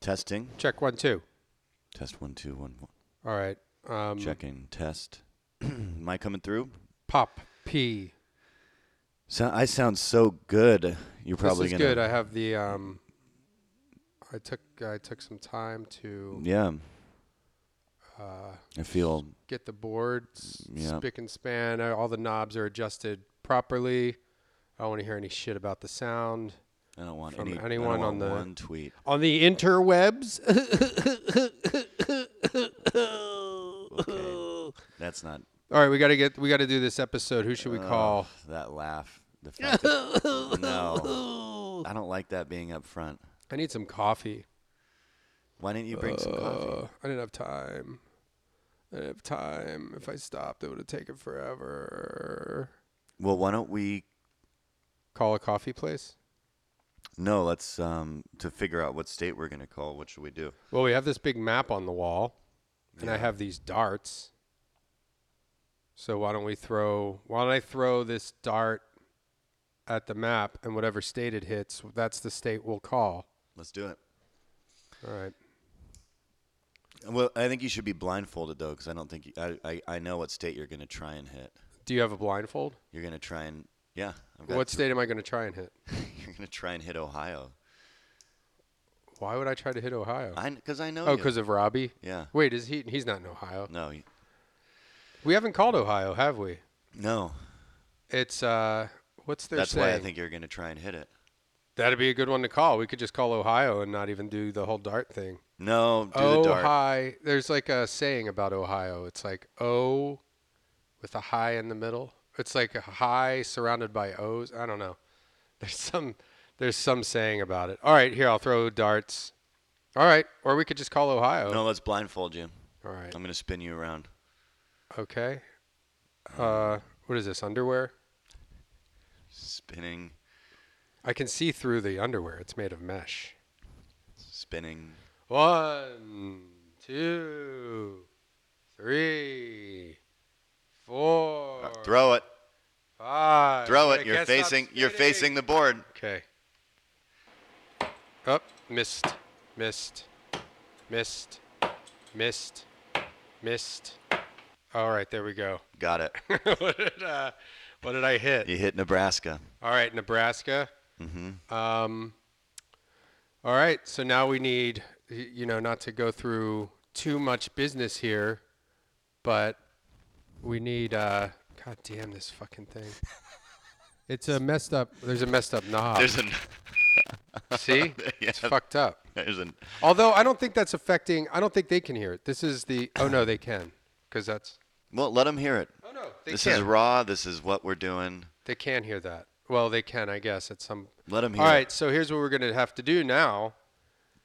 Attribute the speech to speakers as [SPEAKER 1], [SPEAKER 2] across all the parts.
[SPEAKER 1] Testing.
[SPEAKER 2] Check one, two.
[SPEAKER 1] Test one, two, one, one.
[SPEAKER 2] All right. Um,
[SPEAKER 1] Checking. Test. Am I coming through?
[SPEAKER 2] Pop P.
[SPEAKER 1] So, I sound so good. You're probably
[SPEAKER 2] this is
[SPEAKER 1] gonna.
[SPEAKER 2] good. I have the. Um, I took I took some time to
[SPEAKER 1] yeah.
[SPEAKER 2] uh,
[SPEAKER 1] I feel.
[SPEAKER 2] get the board s-
[SPEAKER 1] Yeah.
[SPEAKER 2] spick and span. Uh, All the knobs are adjusted properly. I don't want to hear any shit about the sound
[SPEAKER 1] I don't want
[SPEAKER 2] From
[SPEAKER 1] any, I don't
[SPEAKER 2] anyone
[SPEAKER 1] want
[SPEAKER 2] on the-
[SPEAKER 1] one tweet.
[SPEAKER 2] on the interwebs.
[SPEAKER 1] Okay. That's not.
[SPEAKER 2] All right, we gotta get we gotta do this episode. Who should we
[SPEAKER 1] Uh.
[SPEAKER 2] call?
[SPEAKER 1] that laugh. The fact that, no, I don't like that being up front.
[SPEAKER 2] I need some coffee.
[SPEAKER 1] Why didn't you bring some coffee?
[SPEAKER 2] Uh, I didn't have time. I didn't have time. If I stopped, it would have taken forever.
[SPEAKER 1] Well, why don't we?
[SPEAKER 2] Call a coffee place.
[SPEAKER 1] No, let's um to figure out what state we're gonna call. What should we do?
[SPEAKER 2] Well, we have this big map on the wall, and I
[SPEAKER 1] Yeah.
[SPEAKER 2] have these darts. So why don't we throw? Why don't I throw this dart at the map, and whatever state it hits, that's the state we'll call.
[SPEAKER 1] Let's do it.
[SPEAKER 2] All right.
[SPEAKER 1] Well, I think you should be blindfolded though, because I don't think you, I, I I know what state you're gonna try and hit.
[SPEAKER 2] Do you have a blindfold?
[SPEAKER 1] You're gonna try and yeah. I've got
[SPEAKER 2] What state am I going to try and hit?
[SPEAKER 1] You're gonna try and hit Ohio.
[SPEAKER 2] Why would I try to hit Ohio?
[SPEAKER 1] I because I know.
[SPEAKER 2] Oh,
[SPEAKER 1] you.
[SPEAKER 2] because of Robbie.
[SPEAKER 1] yeah.
[SPEAKER 2] Wait, is he? He's not in Ohio.
[SPEAKER 1] No, you-
[SPEAKER 2] We haven't called Ohio, have we?
[SPEAKER 1] no.
[SPEAKER 2] It's uh, what's their
[SPEAKER 1] That's
[SPEAKER 2] saying?
[SPEAKER 1] why I think you're gonna try and hit it.
[SPEAKER 2] That'd be a good one to call. We could just call Ohio and not even do the whole dart thing.
[SPEAKER 1] No, do
[SPEAKER 2] oh,
[SPEAKER 1] the dart.
[SPEAKER 2] hi. There's like a saying about Ohio. It's like O with a high in the middle. It's like a high surrounded by O's. I don't know. There's some there's some saying about it. All right, here I'll throw darts. All right, or we could just call Ohio.
[SPEAKER 1] No, let's blindfold you.
[SPEAKER 2] All right.
[SPEAKER 1] I'm gonna spin you around.
[SPEAKER 2] Okay. Uh, what is this underwear?
[SPEAKER 1] Spinning,
[SPEAKER 2] I can see through the underwear. It's made of mesh.
[SPEAKER 1] spinning.
[SPEAKER 2] One, two, three, four,
[SPEAKER 1] Uh, throw it.
[SPEAKER 2] five.
[SPEAKER 1] Throw
[SPEAKER 2] I
[SPEAKER 1] it. You're
[SPEAKER 2] guess I'm
[SPEAKER 1] facing. You're
[SPEAKER 2] spinning.
[SPEAKER 1] facing the board.
[SPEAKER 2] Okay. Up. missed. Missed. Missed. Missed. Missed. All right, there we go.
[SPEAKER 1] Got it.
[SPEAKER 2] what, did, uh, what did I hit?
[SPEAKER 1] You hit Nebraska.
[SPEAKER 2] All right, Nebraska. Mm-hmm. Um, all right, so now we need, y- you know, not to go through too much business here, but we need. Uh, God damn this fucking thing! It's a messed up. There's a messed up knob.
[SPEAKER 1] There's an.
[SPEAKER 2] See,
[SPEAKER 1] Yeah.
[SPEAKER 2] it's fucked up.
[SPEAKER 1] There's an.
[SPEAKER 2] Although I don't think that's affecting. I don't think they can hear it. This is the. Oh no, they can, because that's.
[SPEAKER 1] Well, let them hear it.
[SPEAKER 2] Oh no, they
[SPEAKER 1] this
[SPEAKER 2] can.
[SPEAKER 1] is raw. This is what we're doing.
[SPEAKER 2] They can hear that. Well, they can, I guess, at some.
[SPEAKER 1] Let them hear.
[SPEAKER 2] All
[SPEAKER 1] it.
[SPEAKER 2] right, so here's what we're gonna have to do now.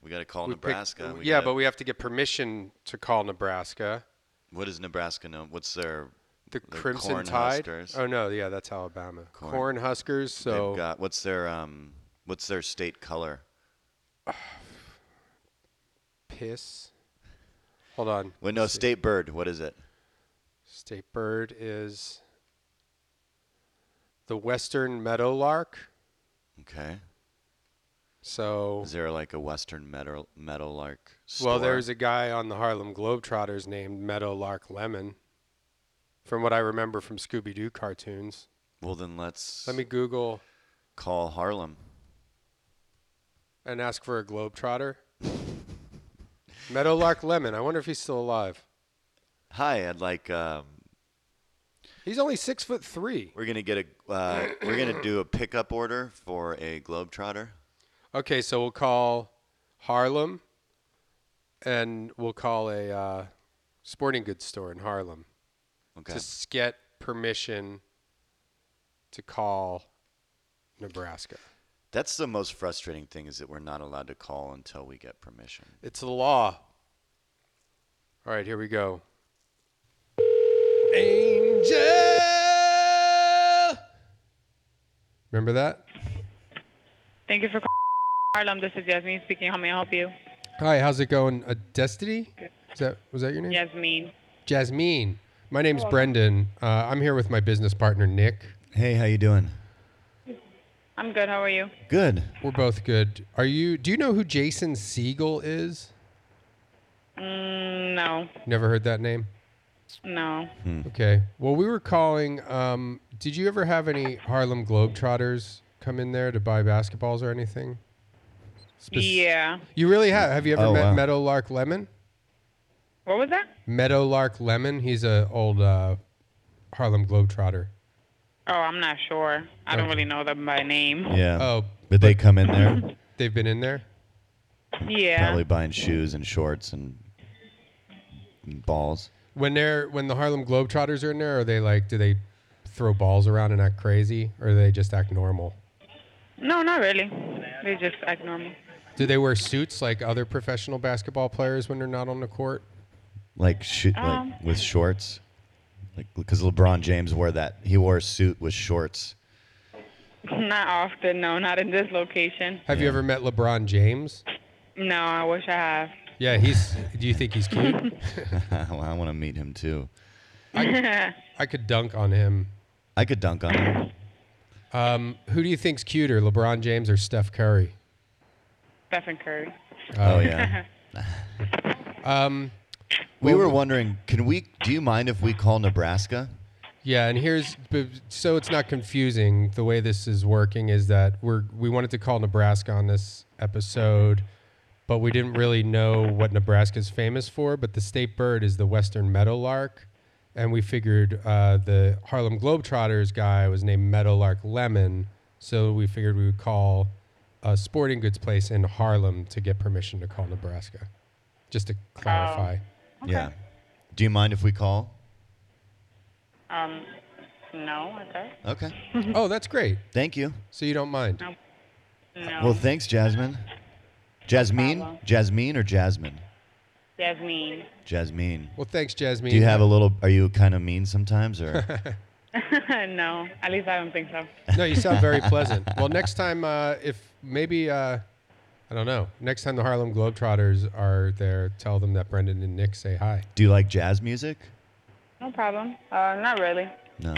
[SPEAKER 1] We got to call
[SPEAKER 2] We pick-
[SPEAKER 1] Nebraska. we
[SPEAKER 2] yeah,
[SPEAKER 1] gotta-
[SPEAKER 2] but we have to get permission to call Nebraska.
[SPEAKER 1] what is Nebraska known? What's their?
[SPEAKER 2] The,
[SPEAKER 1] The
[SPEAKER 2] Crimson
[SPEAKER 1] Corn
[SPEAKER 2] Tide.
[SPEAKER 1] Huskers.
[SPEAKER 2] Oh no, yeah, that's Alabama. Corn,
[SPEAKER 1] Corn.
[SPEAKER 2] Huskers. So
[SPEAKER 1] They've got. What's their um? What's their state color?
[SPEAKER 2] piss. Hold on.
[SPEAKER 1] Wait, no,
[SPEAKER 2] Let's see.
[SPEAKER 1] state bird. What is it?
[SPEAKER 2] State bird is the western meadowlark.
[SPEAKER 1] Okay.
[SPEAKER 2] So
[SPEAKER 1] Is there like a western meadow meadowlark? Store?
[SPEAKER 2] well, there's a guy on the Harlem Globetrotters named Meadowlark Lemon. From what I remember from Scooby Doo cartoons.
[SPEAKER 1] Well, then let's.
[SPEAKER 2] Let me Google
[SPEAKER 1] call Harlem.
[SPEAKER 2] and ask for a globetrotter. Meadowlark Lemon. I wonder if he's still alive.
[SPEAKER 1] Hi, I'd like. Um,
[SPEAKER 2] He's only six foot three.
[SPEAKER 1] we're gonna get a. Uh, we're gonna do a pickup order for a globetrotter.
[SPEAKER 2] Okay, so we'll call Harlem, and we'll call a uh, sporting goods store in Harlem
[SPEAKER 1] Okay.
[SPEAKER 2] to s- get permission to call Nebraska.
[SPEAKER 1] That's the most frustrating thing is that we're not allowed to call until we get permission.
[SPEAKER 2] It's the law. All right, here we go. Angel. Remember that?
[SPEAKER 3] Thank you for calling Harlem. This is Yasmin speaking. How may I help you?
[SPEAKER 2] Hi, how's it going? Uh, Destiny? Is that was that your name?
[SPEAKER 3] Yasmin.
[SPEAKER 2] Jasmine. My name's Brendan. Uh, I'm here with my business partner Nick.
[SPEAKER 1] Hey, how you doing?
[SPEAKER 3] I'm good. How are you?
[SPEAKER 1] Good.
[SPEAKER 2] We're both good. Are you? Do you know who Jason Siegel is?
[SPEAKER 3] Mm, no,
[SPEAKER 2] Never heard that name.
[SPEAKER 3] no.
[SPEAKER 1] Hmm.
[SPEAKER 2] Okay. Well, we were calling. Um, did you ever have any Harlem Globetrotters come in there to buy basketballs or anything? Spec-
[SPEAKER 3] Yeah.
[SPEAKER 2] You really have. Have you ever
[SPEAKER 1] Oh,
[SPEAKER 2] met
[SPEAKER 1] wow.
[SPEAKER 2] Meadowlark Lemon?
[SPEAKER 3] What was that?
[SPEAKER 2] Meadowlark Lemon. He's a old uh, Harlem Globetrotter.
[SPEAKER 3] Oh, I'm not sure. I don't really know them by name.
[SPEAKER 1] Yeah.
[SPEAKER 2] Oh,
[SPEAKER 1] But they come in there
[SPEAKER 2] they've been in there.
[SPEAKER 3] Yeah.
[SPEAKER 1] probably buying shoes and shorts and, and balls.
[SPEAKER 2] When they're when the Harlem Globetrotters are in there, are they like do they throw balls around and act crazy, or do they just act normal?
[SPEAKER 3] No, not really. They just act normal.
[SPEAKER 2] Do they wear suits like other professional basketball players when they're not on the court?
[SPEAKER 1] Like, sho-
[SPEAKER 3] Um.
[SPEAKER 1] like with shorts. Like because LeBron James wore that. He wore a suit with shorts.
[SPEAKER 3] Not often. No, not in this location.
[SPEAKER 2] Have you ever met LeBron James?
[SPEAKER 3] No, I wish I have.
[SPEAKER 2] Yeah, he's. Do you think he's cute?
[SPEAKER 1] well, I want to meet him too.
[SPEAKER 2] I could dunk on him.
[SPEAKER 1] I could dunk on him.
[SPEAKER 2] Um, who do you think's cuter, LeBron James or Steph Curry?
[SPEAKER 3] Stephen Curry.
[SPEAKER 1] Oh yeah.
[SPEAKER 2] Um,
[SPEAKER 1] We were wondering, can we? Do you mind if we call Nebraska?
[SPEAKER 2] yeah, and here's b- so it's not confusing. The way this is working is that we're we wanted to call Nebraska on this episode, but we didn't really know what Nebraska's famous for. But the state bird is the western meadowlark, and we figured uh, the Harlem Globetrotters guy was named Meadowlark Lemon, so we figured we would call a sporting goods place in Harlem to get permission to call Nebraska, just to clarify.
[SPEAKER 1] Yeah. Do you mind if we call?
[SPEAKER 3] Um, no, I guess.
[SPEAKER 1] Okay.
[SPEAKER 2] Oh, that's great.
[SPEAKER 1] Thank you.
[SPEAKER 2] So you don't mind.
[SPEAKER 3] No.
[SPEAKER 1] Well, thanks, Jasmine. Jasmine,
[SPEAKER 3] problem.
[SPEAKER 1] Jasmine, or Jasmine?
[SPEAKER 3] Jasmine.
[SPEAKER 1] Jasmine.
[SPEAKER 2] Well, thanks, Jasmine.
[SPEAKER 1] Do you have a little? Are you kind of mean sometimes, or
[SPEAKER 3] no, at least I don't think so.
[SPEAKER 2] no, you sound very pleasant. Well, next time, uh, if maybe, uh, I don't know, next time the Harlem Globetrotters are there, tell them that Brendan and Nick say hi.
[SPEAKER 1] do you like jazz music?
[SPEAKER 3] No problem. Uh, not really.
[SPEAKER 1] No.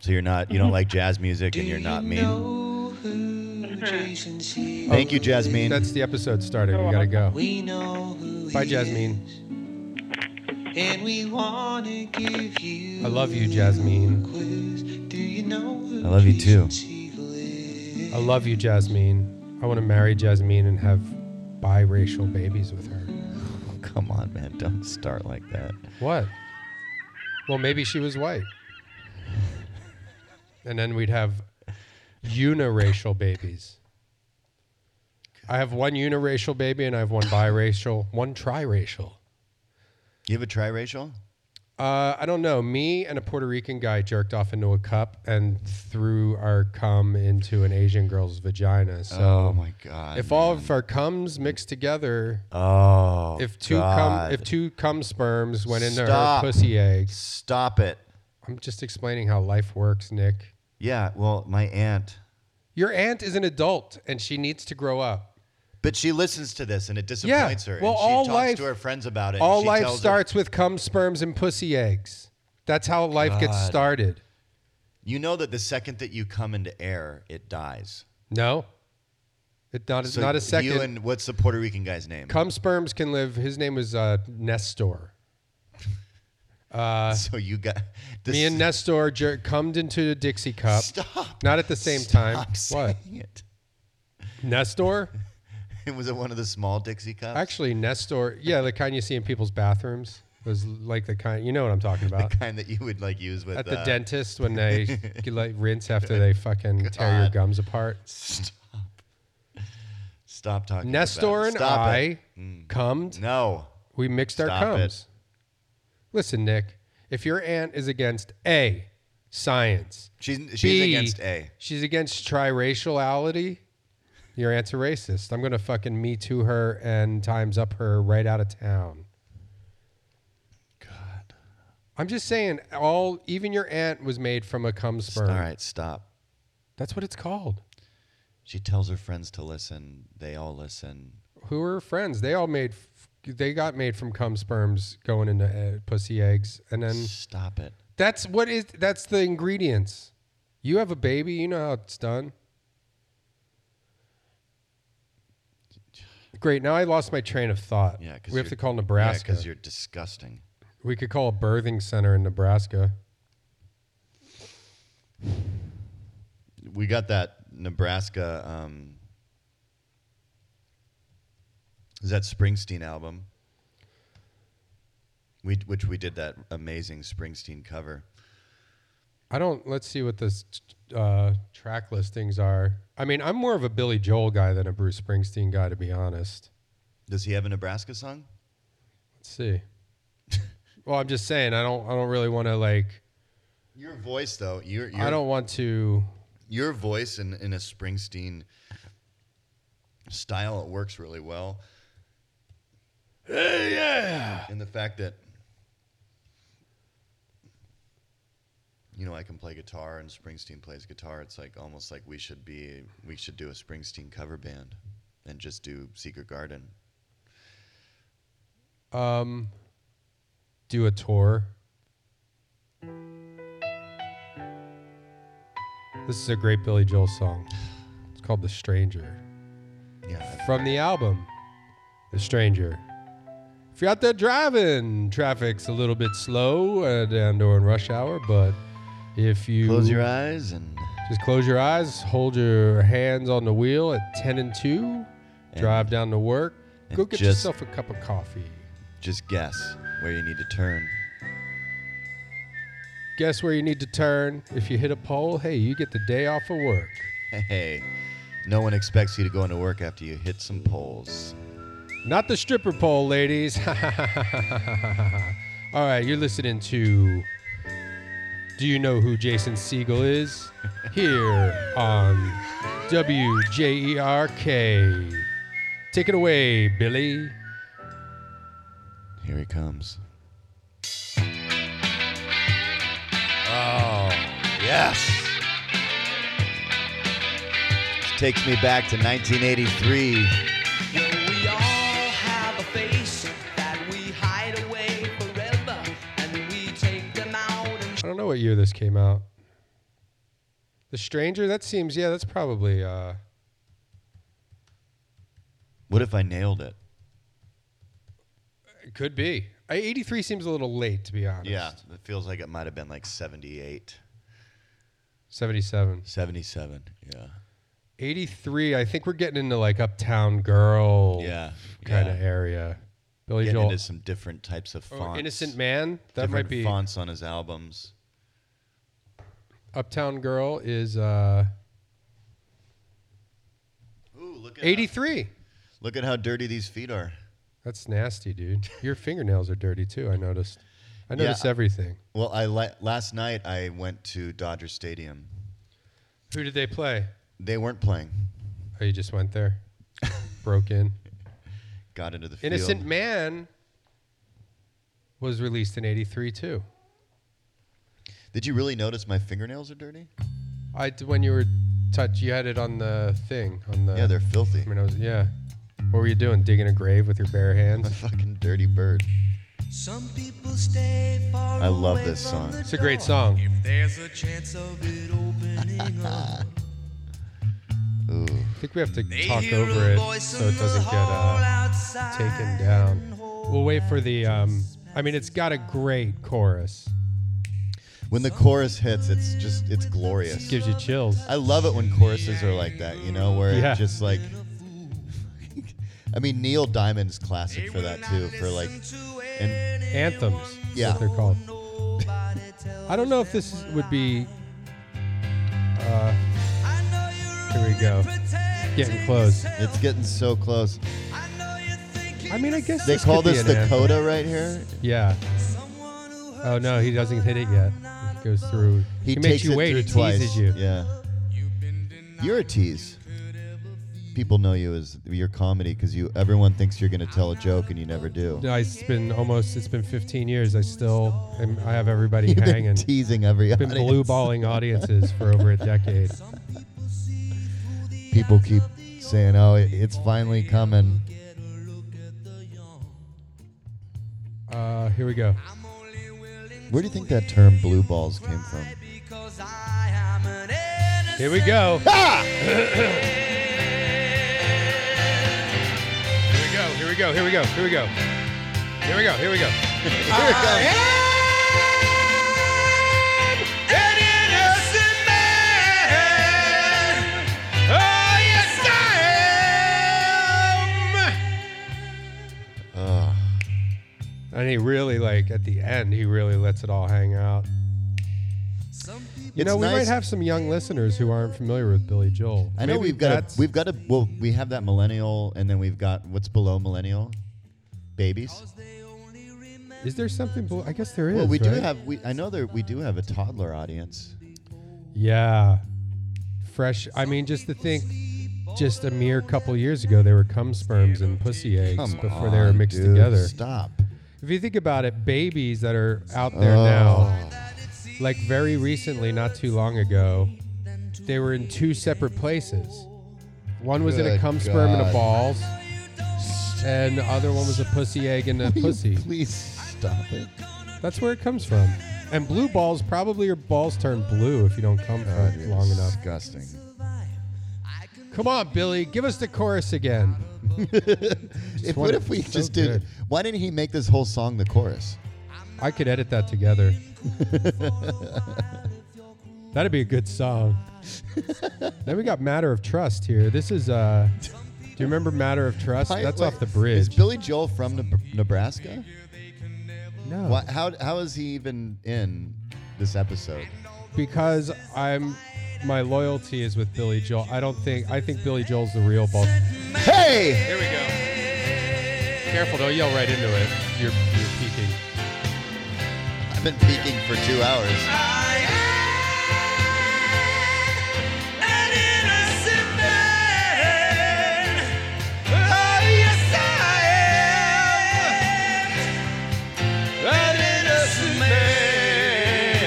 [SPEAKER 1] So you're not. You don't like jazz music, and you're not mean.
[SPEAKER 4] know who Jason Segel
[SPEAKER 1] Thank you, Jasmine.
[SPEAKER 2] That's the episode started. We got to go.
[SPEAKER 4] We know who
[SPEAKER 2] Bye,
[SPEAKER 4] he
[SPEAKER 2] Jasmine.
[SPEAKER 4] is, and we want to give you
[SPEAKER 2] I love you, Jasmine.
[SPEAKER 4] a quiz. Do you know who
[SPEAKER 1] I love you
[SPEAKER 4] Jason
[SPEAKER 1] too.
[SPEAKER 4] Segel is?
[SPEAKER 2] I love you, Jasmine. I want to marry Jasmine and have biracial babies with her.
[SPEAKER 1] Oh, come on, man. Don't start like that.
[SPEAKER 2] What? Well, maybe she was white. And then we'd have uniracial babies. I have one uniracial baby and I have one biracial, one triracial.
[SPEAKER 1] You have a triracial?
[SPEAKER 2] Uh, I don't know. Me and a Puerto Rican guy jerked off into a cup and threw our cum into an Asian girl's vagina. So
[SPEAKER 1] oh my God.
[SPEAKER 2] if all of our cums mixed together,
[SPEAKER 1] oh.
[SPEAKER 2] if two cum,
[SPEAKER 1] God.
[SPEAKER 2] if two cum sperms went into
[SPEAKER 1] Stop.
[SPEAKER 2] her pussy eggs,
[SPEAKER 1] Stop it.
[SPEAKER 2] I'm just explaining how life works, Nick.
[SPEAKER 1] Yeah. Well, my aunt.
[SPEAKER 2] Your aunt is an adult and she needs to grow up.
[SPEAKER 1] But she listens to this and it disappoints her.
[SPEAKER 2] Well,
[SPEAKER 1] and she
[SPEAKER 2] all
[SPEAKER 1] talks
[SPEAKER 2] life-
[SPEAKER 1] to her friends about it. and
[SPEAKER 2] All
[SPEAKER 1] she
[SPEAKER 2] life
[SPEAKER 1] tells her-
[SPEAKER 2] starts with cum, sperms, and pussy eggs. That's how life gets
[SPEAKER 1] God.
[SPEAKER 2] started.
[SPEAKER 1] you know that the second that you come into air, it dies.
[SPEAKER 2] No, it not
[SPEAKER 1] So
[SPEAKER 2] not a
[SPEAKER 1] You
[SPEAKER 2] second.
[SPEAKER 1] and what's the Puerto Rican guy's name?
[SPEAKER 2] cum sperms can live. His name was uh, Nestor.
[SPEAKER 1] so you got this,
[SPEAKER 2] Me and Nestor jer- cummed into a Dixie cup.
[SPEAKER 1] Stop.
[SPEAKER 2] Not at the same time.
[SPEAKER 1] Stop
[SPEAKER 2] What?
[SPEAKER 1] saying it.
[SPEAKER 2] Nestor?
[SPEAKER 1] It was it one of the small Dixie cups.
[SPEAKER 2] Actually, Nestor. Yeah, the kind you see in people's bathrooms. Those like the kind you know what I'm talking
[SPEAKER 1] the
[SPEAKER 2] about.
[SPEAKER 1] kind that you would like use with
[SPEAKER 2] At the
[SPEAKER 1] uh,
[SPEAKER 2] dentist when they get, like rinse after they fucking tear your
[SPEAKER 1] God.
[SPEAKER 2] gums apart.
[SPEAKER 1] Stop. Stop talking.
[SPEAKER 2] Nestor
[SPEAKER 1] about it.
[SPEAKER 2] and
[SPEAKER 1] Stop
[SPEAKER 2] I
[SPEAKER 1] It.
[SPEAKER 2] cummed.
[SPEAKER 1] No.
[SPEAKER 2] We mixed
[SPEAKER 1] Stop
[SPEAKER 2] our
[SPEAKER 1] it.
[SPEAKER 2] cums. Listen, Nick, if your aunt is against A, science,
[SPEAKER 1] She's she's
[SPEAKER 2] B,
[SPEAKER 1] against A.
[SPEAKER 2] she's against triraciality, your aunt's a racist. I'm going to fucking me to her and times up her right out of town.
[SPEAKER 1] God.
[SPEAKER 2] I'm just saying, all even your aunt was made from a cum
[SPEAKER 1] All
[SPEAKER 2] sperm.
[SPEAKER 1] right. Stop.
[SPEAKER 2] That's what it's called.
[SPEAKER 1] She tells her friends to listen. They all listen.
[SPEAKER 2] who are her friends? They all made, f- they got made from cum sperms going into uh, pussy eggs, and then
[SPEAKER 1] Stop it.
[SPEAKER 2] that's what is that's the ingredients. You have a baby, you know how it's done. Great. Now I lost my train of thought.
[SPEAKER 1] Yeah, 'cause
[SPEAKER 2] we have
[SPEAKER 1] you're-
[SPEAKER 2] to call
[SPEAKER 1] Yeah,
[SPEAKER 2] Nebraska.
[SPEAKER 1] you're disgusting.
[SPEAKER 2] we could call a birthing center in Nebraska.
[SPEAKER 1] We got that Nebraska. Um, is that Springsteen album? We which we did that amazing Springsteen cover.
[SPEAKER 2] I don't. Let's see what this uh, track listings are. I mean, I'm more of a Billy Joel guy than a Bruce Springsteen guy, to be honest.
[SPEAKER 1] Does he have a Nebraska song?
[SPEAKER 2] Let's see. well, I'm just saying. I don't. I don't really want to like.
[SPEAKER 1] Your voice though, your your,
[SPEAKER 2] I don't want to.
[SPEAKER 1] your voice in, in a Springsteen style, it works really well. Hey, yeah, and the fact that you know I can play guitar and Springsteen plays guitar, it's like almost like we should be we should do a Springsteen cover band and just do Secret Garden.
[SPEAKER 2] Um, do a tour. This is a great Billy Joel song. It's called The Stranger.
[SPEAKER 1] Yeah,
[SPEAKER 2] From the album The Stranger. If you're out there driving, traffic's a little bit slow and, and or in rush hour, but if you
[SPEAKER 1] close your eyes and
[SPEAKER 2] just close your eyes, hold your hands on the wheel at 10 and 2, drive down to work,
[SPEAKER 1] and
[SPEAKER 2] go get
[SPEAKER 1] just-
[SPEAKER 2] yourself a cup of coffee.
[SPEAKER 1] just guess where you need to turn.
[SPEAKER 2] Guess where you need to turn? If you hit a pole, hey, you get the day off of work.
[SPEAKER 1] Hey, no one expects you to go into work after you hit some poles.
[SPEAKER 2] Not the stripper pole, ladies. All right, you're listening to Do You Know Who Jason Siegel Is? Here on WJERK. Take it away, Billy.
[SPEAKER 1] Here he comes. Oh, yes. This takes me back to 1983.
[SPEAKER 5] Yo, we all have a face that we hide away forever, and we take them out and
[SPEAKER 2] I don't know what year this came out. The Stranger? That seems, yeah, that's probably, uh,
[SPEAKER 1] What if I nailed it?
[SPEAKER 2] it could be. I- 83 seems a little late, to be honest.
[SPEAKER 1] Yeah, it feels like it might have been like 78,
[SPEAKER 2] 77.
[SPEAKER 1] 77. Yeah.
[SPEAKER 2] 83 i think we're getting into like uptown girl
[SPEAKER 1] Yeah.
[SPEAKER 2] kind of
[SPEAKER 1] yeah.
[SPEAKER 2] area billy
[SPEAKER 1] Getting
[SPEAKER 2] joel
[SPEAKER 1] into some different types of
[SPEAKER 2] or
[SPEAKER 1] fonts.
[SPEAKER 2] innocent man that
[SPEAKER 1] different
[SPEAKER 2] might be
[SPEAKER 1] fonts on his albums.
[SPEAKER 2] uptown girl is uh
[SPEAKER 1] Ooh, look at
[SPEAKER 2] 83
[SPEAKER 1] Look at how dirty these feet are.
[SPEAKER 2] that's nasty dude your fingernails are dirty too i noticed i
[SPEAKER 1] Yeah.
[SPEAKER 2] noticed everything
[SPEAKER 1] Well, I li- last night I went to Dodger Stadium.
[SPEAKER 2] who did they play
[SPEAKER 1] They weren't playing.
[SPEAKER 2] oh you just went there broke in
[SPEAKER 1] Got into the field.
[SPEAKER 2] innocent man was released in 83 too
[SPEAKER 1] Did you really notice my fingernails are dirty?
[SPEAKER 2] Uh, i d- when you were touch you had it on the thing on the
[SPEAKER 1] yeah, they're filthy.
[SPEAKER 2] I mean, I was, yeah. What were you doing? Digging a grave with your bare
[SPEAKER 1] I'm a
[SPEAKER 2] hands?
[SPEAKER 1] fucking dirty bird.
[SPEAKER 5] some people stay far
[SPEAKER 1] I love
[SPEAKER 5] away
[SPEAKER 1] this
[SPEAKER 5] from
[SPEAKER 1] song.
[SPEAKER 5] the
[SPEAKER 2] It's a great song.
[SPEAKER 5] If there's a chance of it opening up,
[SPEAKER 1] Ooh.
[SPEAKER 2] I think we have to
[SPEAKER 5] they
[SPEAKER 2] talk
[SPEAKER 5] hear
[SPEAKER 2] over
[SPEAKER 5] a
[SPEAKER 2] it
[SPEAKER 5] voice
[SPEAKER 2] so
[SPEAKER 5] in
[SPEAKER 2] it
[SPEAKER 5] the
[SPEAKER 2] doesn't get
[SPEAKER 5] hall
[SPEAKER 2] uh,
[SPEAKER 5] outside
[SPEAKER 2] taken down.
[SPEAKER 5] and hold
[SPEAKER 2] We'll wait for the. Um, I mean, it's got a great chorus.
[SPEAKER 1] When the chorus hits, it's just it's glorious.
[SPEAKER 2] Gives you chills.
[SPEAKER 1] I love it when choruses are like that, you know, where
[SPEAKER 2] Yeah.
[SPEAKER 1] it's just like I mean Neil Diamond's classic for that too, for like
[SPEAKER 5] to it.
[SPEAKER 1] and
[SPEAKER 2] Anthems.
[SPEAKER 1] Yeah.
[SPEAKER 2] What they're called. I don't know if this is- would be. Uh,
[SPEAKER 5] I know you're
[SPEAKER 2] here we go.
[SPEAKER 5] protecting
[SPEAKER 2] Getting close.
[SPEAKER 1] it's getting so close.
[SPEAKER 5] I know you're thinking
[SPEAKER 2] I mean, I guess
[SPEAKER 1] They
[SPEAKER 2] this
[SPEAKER 1] call
[SPEAKER 2] could be
[SPEAKER 1] this
[SPEAKER 2] an anthem.
[SPEAKER 1] Dakota right here.
[SPEAKER 2] Yeah.
[SPEAKER 5] someone who hurt
[SPEAKER 2] Oh no, he doesn't hit it yet. He goes through. He, makes
[SPEAKER 1] takes
[SPEAKER 2] you
[SPEAKER 1] it
[SPEAKER 2] wait.
[SPEAKER 1] through
[SPEAKER 2] He
[SPEAKER 1] twice.
[SPEAKER 2] teases you.
[SPEAKER 1] Yeah. You're a tease. People know you as your comedy because you. Everyone thinks you're gonna tell a joke and you never do.
[SPEAKER 2] No, it's been almost. It's been 15 years. I still. am I have everybody
[SPEAKER 1] You've been
[SPEAKER 2] hanging.
[SPEAKER 1] teasing every.
[SPEAKER 2] been
[SPEAKER 1] audience.
[SPEAKER 2] blue balling audiences for over a decade.
[SPEAKER 1] People keep saying, "Oh, it- it's finally coming."
[SPEAKER 2] Uh, here we go.
[SPEAKER 1] Where do you think that term "blue balls" came from?
[SPEAKER 5] because I am an innocent
[SPEAKER 2] Here we go. go. Here we go. Here we go. Here we go. Here we go.
[SPEAKER 1] Here it comes.
[SPEAKER 5] An innocent man. Oh, yes, I
[SPEAKER 1] Ugh.
[SPEAKER 2] And he really like at the end, he really lets it all hang out. You
[SPEAKER 1] It's
[SPEAKER 2] know, we might
[SPEAKER 1] nice-
[SPEAKER 2] have some young listeners who aren't familiar with Billy Joel.
[SPEAKER 1] I know
[SPEAKER 2] Maybe
[SPEAKER 1] we've got
[SPEAKER 2] that's-
[SPEAKER 1] a, we've got a well we have that millennial and then we've got what's below millennial babies.
[SPEAKER 2] Is there something? bel- I guess there is.
[SPEAKER 1] well, we do
[SPEAKER 2] right?
[SPEAKER 1] have we I know that we do have a toddler audience.
[SPEAKER 2] Yeah. Fresh. I mean, just to think, just a mere couple years ago, there were cum sperms and pussy eggs
[SPEAKER 1] Come
[SPEAKER 2] before they were
[SPEAKER 1] on,
[SPEAKER 2] mixed
[SPEAKER 1] dude,
[SPEAKER 2] together.
[SPEAKER 1] Stop.
[SPEAKER 2] If you think about it, babies that are out there
[SPEAKER 1] Oh.
[SPEAKER 2] now, like very recently, not too long ago, they were in two separate places. One was in a
[SPEAKER 1] Good
[SPEAKER 2] cum sperm and a
[SPEAKER 1] God.
[SPEAKER 2] balls, and the other one was a pussy egg and a
[SPEAKER 1] Will you
[SPEAKER 2] pussy.
[SPEAKER 1] please stop it.
[SPEAKER 2] That's where it comes from. And blue balls probably your balls turn blue if you don't come
[SPEAKER 1] Oh,
[SPEAKER 2] for it long enough.
[SPEAKER 1] Disgusting.
[SPEAKER 2] Come on, Billy, give us the chorus again.
[SPEAKER 1] If, what
[SPEAKER 2] wonder-
[SPEAKER 1] if we
[SPEAKER 2] so
[SPEAKER 1] just did?
[SPEAKER 2] good.
[SPEAKER 1] Why didn't he make this whole song the chorus?
[SPEAKER 2] I could edit that together. That'd be a good song. then we got Matter of Trust here. This is uh Do you remember Matter of Trust?
[SPEAKER 1] Why-
[SPEAKER 2] That's
[SPEAKER 1] wait,
[SPEAKER 2] off the
[SPEAKER 1] Is
[SPEAKER 2] bridge.
[SPEAKER 1] Billy Joel from Neb- Nebraska?
[SPEAKER 2] no.
[SPEAKER 1] Why, how how is he even in this episode?
[SPEAKER 2] Because I'm my loyalty is with Billy Joel. I don't think I think Billy Joel's the real boss.
[SPEAKER 1] Hey,
[SPEAKER 2] Here we go. Careful, don't yell right into it. You're you're peeking.
[SPEAKER 1] I've been peeking for two hours.
[SPEAKER 5] am an innocent man. Oh, yes, I am an innocent man.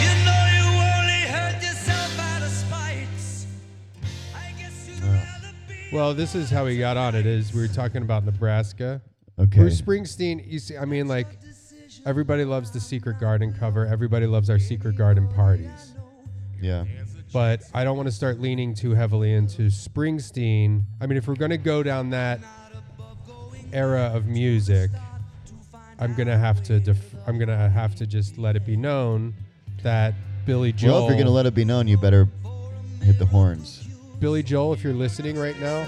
[SPEAKER 5] You know you only hurt yourself out of spite. I guess you'd rather be.
[SPEAKER 2] Well, this is how we got on it is we were talking about Nebraska.
[SPEAKER 1] Okay.
[SPEAKER 2] Bruce Springsteen, you see, I mean, like, everybody loves the Secret Garden cover. Everybody loves our Secret Garden parties.
[SPEAKER 1] Yeah.
[SPEAKER 2] But I don't want to start leaning too heavily into Springsteen. I mean, if we're going to go down that era of music, I'm going to have to, def- I'm going to have to just let it be known that Billy Joel.
[SPEAKER 1] Well, if you're gonna let it be known, you better hit the horns.
[SPEAKER 2] Billy Joel, if you're listening right now,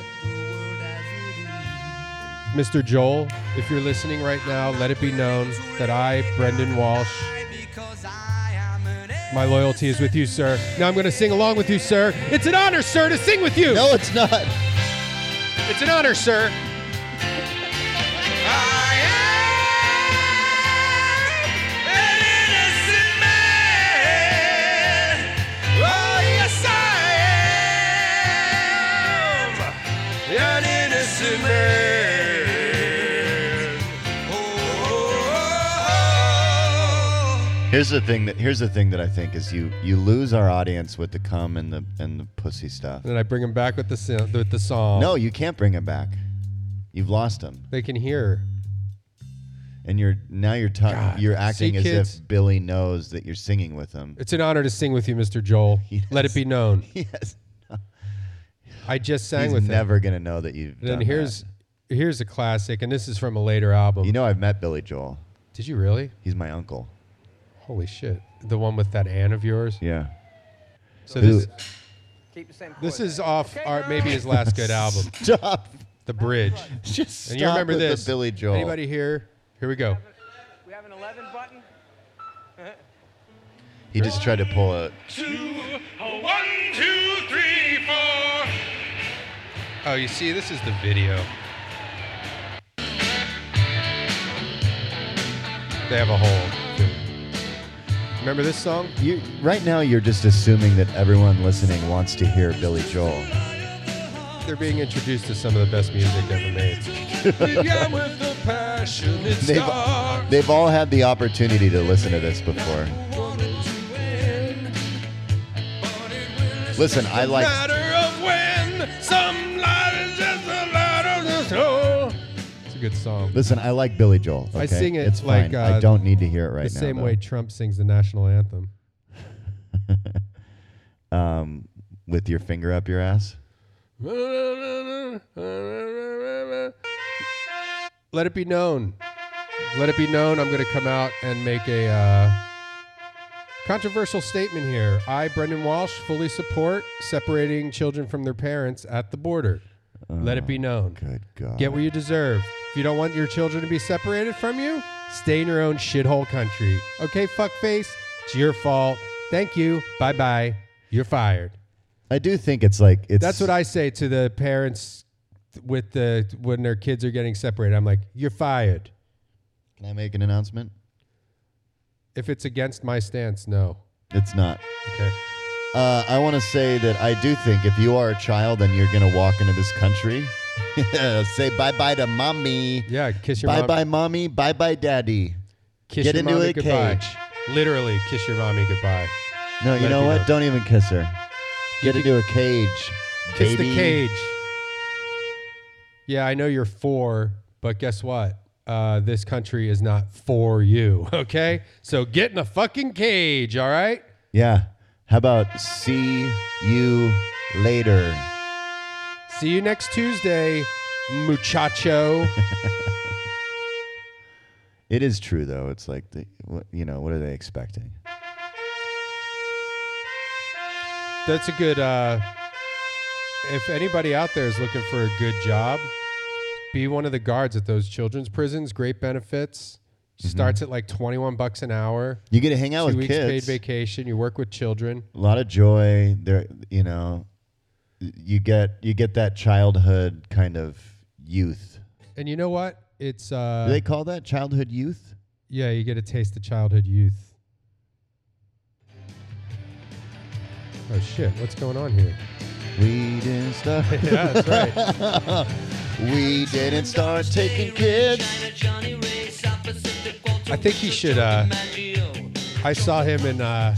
[SPEAKER 2] Mr. Joel, if you're listening right now, let it be known that I, Brendan Walsh,
[SPEAKER 5] Because I am an
[SPEAKER 2] my loyalty is with you, sir. Now I'm going to sing along with you, sir. It's an honor, sir, to sing with you.
[SPEAKER 1] No, it's not.
[SPEAKER 2] It's an honor, sir.
[SPEAKER 1] Here's the thing that here's the thing that I think is you you lose our audience with the cum and the and the pussy stuff.
[SPEAKER 2] And then I bring him back with the sin- with the song.
[SPEAKER 1] No, you can't bring him back. You've lost him,
[SPEAKER 2] they can hear.
[SPEAKER 1] and you're now you're ta-
[SPEAKER 2] God.
[SPEAKER 1] you're acting
[SPEAKER 2] See,
[SPEAKER 1] as
[SPEAKER 2] kids?
[SPEAKER 1] if Billy knows that you're singing with him.
[SPEAKER 2] It's an honor to sing with you, Mr. Joel.
[SPEAKER 1] Yes.
[SPEAKER 2] Let it be known.
[SPEAKER 1] Yes,
[SPEAKER 2] I just sang
[SPEAKER 1] he's
[SPEAKER 2] with him.
[SPEAKER 1] never gonna know that you've.
[SPEAKER 2] And then
[SPEAKER 1] done
[SPEAKER 2] here's
[SPEAKER 1] that.
[SPEAKER 2] here's a classic, and this is from a later album.
[SPEAKER 1] you know I've met Billy Joel.
[SPEAKER 2] Did you really?
[SPEAKER 1] He's my uncle.
[SPEAKER 2] Holy shit. The one with that Ann of yours?
[SPEAKER 1] Yeah.
[SPEAKER 2] So
[SPEAKER 1] Who-
[SPEAKER 2] this, this is off our, maybe his last good album,
[SPEAKER 1] Stop.
[SPEAKER 2] The Bridge.
[SPEAKER 1] Just
[SPEAKER 2] And
[SPEAKER 1] stop
[SPEAKER 2] you remember
[SPEAKER 1] with
[SPEAKER 2] this.
[SPEAKER 1] the Billy Joel.
[SPEAKER 2] Anybody here? Here we go.
[SPEAKER 6] We have an 11 button.
[SPEAKER 1] He just tried to pull a.
[SPEAKER 2] Oh, you see, this is the video. They have a whole. thing. Remember this song?
[SPEAKER 1] You right now you're just assuming that everyone listening wants to hear Billy Joel.
[SPEAKER 2] They're being introduced to some of the best music ever made.
[SPEAKER 1] They've, they've all had the opportunity to listen to this before. Listen, I like.
[SPEAKER 2] It's a good song.
[SPEAKER 1] Listen, I like Billy Joel.
[SPEAKER 2] I
[SPEAKER 1] Okay?
[SPEAKER 2] sing it
[SPEAKER 1] It's
[SPEAKER 2] like,
[SPEAKER 1] fine. I
[SPEAKER 2] uh,
[SPEAKER 1] don't need to hear it right
[SPEAKER 2] The
[SPEAKER 1] now.
[SPEAKER 2] same
[SPEAKER 1] though.
[SPEAKER 2] way Trump sings the national anthem.
[SPEAKER 1] Um, with your finger up your ass.
[SPEAKER 2] Let it be known. Let it be known. I'm going to come out and make a uh, controversial statement here. I, Brendan Walsh, fully support separating children from their parents at the border. Let it be known.
[SPEAKER 1] Good Oh, God.
[SPEAKER 2] Get what you deserve. If you don't want your children to be separated from you, stay in your own shithole country. Okay, fuckface, it's your fault. Thank you. Bye bye. You're fired.
[SPEAKER 1] I do think it's like it's.
[SPEAKER 2] That's what I say to the parents with the when their kids are getting separated. I'm like, you're fired.
[SPEAKER 1] Can I make an announcement?
[SPEAKER 2] If it's against my stance, no.
[SPEAKER 1] It's not.
[SPEAKER 2] Okay.
[SPEAKER 1] Uh, I want to say that I do think if you are a child and you're gonna walk into this country, say bye bye to mommy.
[SPEAKER 2] Yeah, kiss your
[SPEAKER 1] Bye
[SPEAKER 2] mom.
[SPEAKER 1] bye mommy. Bye bye daddy.
[SPEAKER 2] Kiss
[SPEAKER 1] Get
[SPEAKER 2] your
[SPEAKER 1] into
[SPEAKER 2] mommy
[SPEAKER 1] a
[SPEAKER 2] goodbye.
[SPEAKER 1] cage.
[SPEAKER 2] Literally, kiss your mommy goodbye.
[SPEAKER 1] No,
[SPEAKER 2] Let
[SPEAKER 1] you
[SPEAKER 2] it
[SPEAKER 1] know
[SPEAKER 2] be
[SPEAKER 1] what?
[SPEAKER 2] known.
[SPEAKER 1] Don't even kiss her. Get into a cage.
[SPEAKER 2] Kiss
[SPEAKER 1] baby.
[SPEAKER 2] the cage. Yeah, I know you're four, but guess what? Uh, this country is not for you. Okay, so get in a fucking cage. All right.
[SPEAKER 1] Yeah. How about see you later?
[SPEAKER 2] See you next Tuesday, muchacho.
[SPEAKER 1] It is true though. It's like the, what, you know what are they expecting?
[SPEAKER 2] That's a good. Uh, if anybody out there is looking for a good job, be one of the guards at those children's prisons. Great benefits. Starts at like twenty-one bucks an hour.
[SPEAKER 1] You get to hang out
[SPEAKER 2] Two
[SPEAKER 1] with
[SPEAKER 2] weeks
[SPEAKER 1] kids.
[SPEAKER 2] paid vacation. You work with children.
[SPEAKER 1] a lot of joy there you know you get you get that childhood kind of youth
[SPEAKER 2] And you know what? It's
[SPEAKER 1] do
[SPEAKER 2] uh,
[SPEAKER 1] they call that childhood youth
[SPEAKER 2] yeah, you get a taste of childhood youth. Oh shit! What's going on here?
[SPEAKER 1] we didn't start
[SPEAKER 2] Yeah, that's right.
[SPEAKER 1] we didn't start taking kids
[SPEAKER 2] I think he should. Uh, I saw him in uh,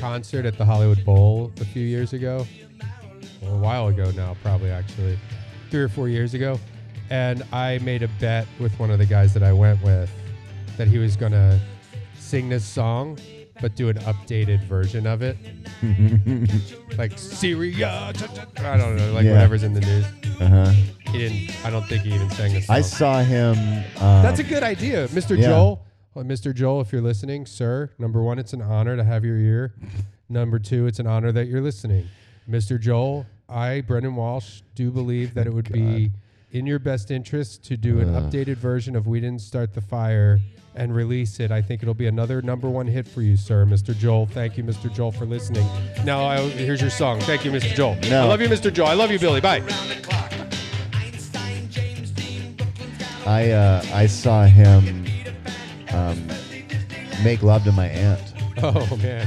[SPEAKER 2] concert at the Hollywood Bowl a few years ago, Well, a while ago now, probably actually, three or four years ago. And I made a bet with one of the guys that I went with that he was gonna sing this song, but do an updated version of it, like Syria. I don't know, like
[SPEAKER 1] Yeah.
[SPEAKER 2] whatever's in the news.
[SPEAKER 1] uh-huh.
[SPEAKER 2] He didn't. I don't think he even sang the song.
[SPEAKER 1] i saw him um,
[SPEAKER 2] That's a good idea, Mr.
[SPEAKER 1] Yeah.
[SPEAKER 2] Joel. Uh, Mr. Joel, if you're listening, sir, number one, it's an honor to have your ear. Number two, it's an honor that you're listening. Mr. Joel, I, Brendan Walsh, do believe that it would be in your best interest to do an updated version of We Didn't Start the Fire and release it. I think it'll be another number one hit for you, sir, Mr. Joel. Thank you, Mr. Joel, for listening. Now, I, here's your song. Thank you, Mr. Joel.
[SPEAKER 1] No.
[SPEAKER 2] I love you, Mr. Joel. I love you, Billy. Bye.
[SPEAKER 1] i uh i saw him um make love to my aunt
[SPEAKER 2] Oh, man.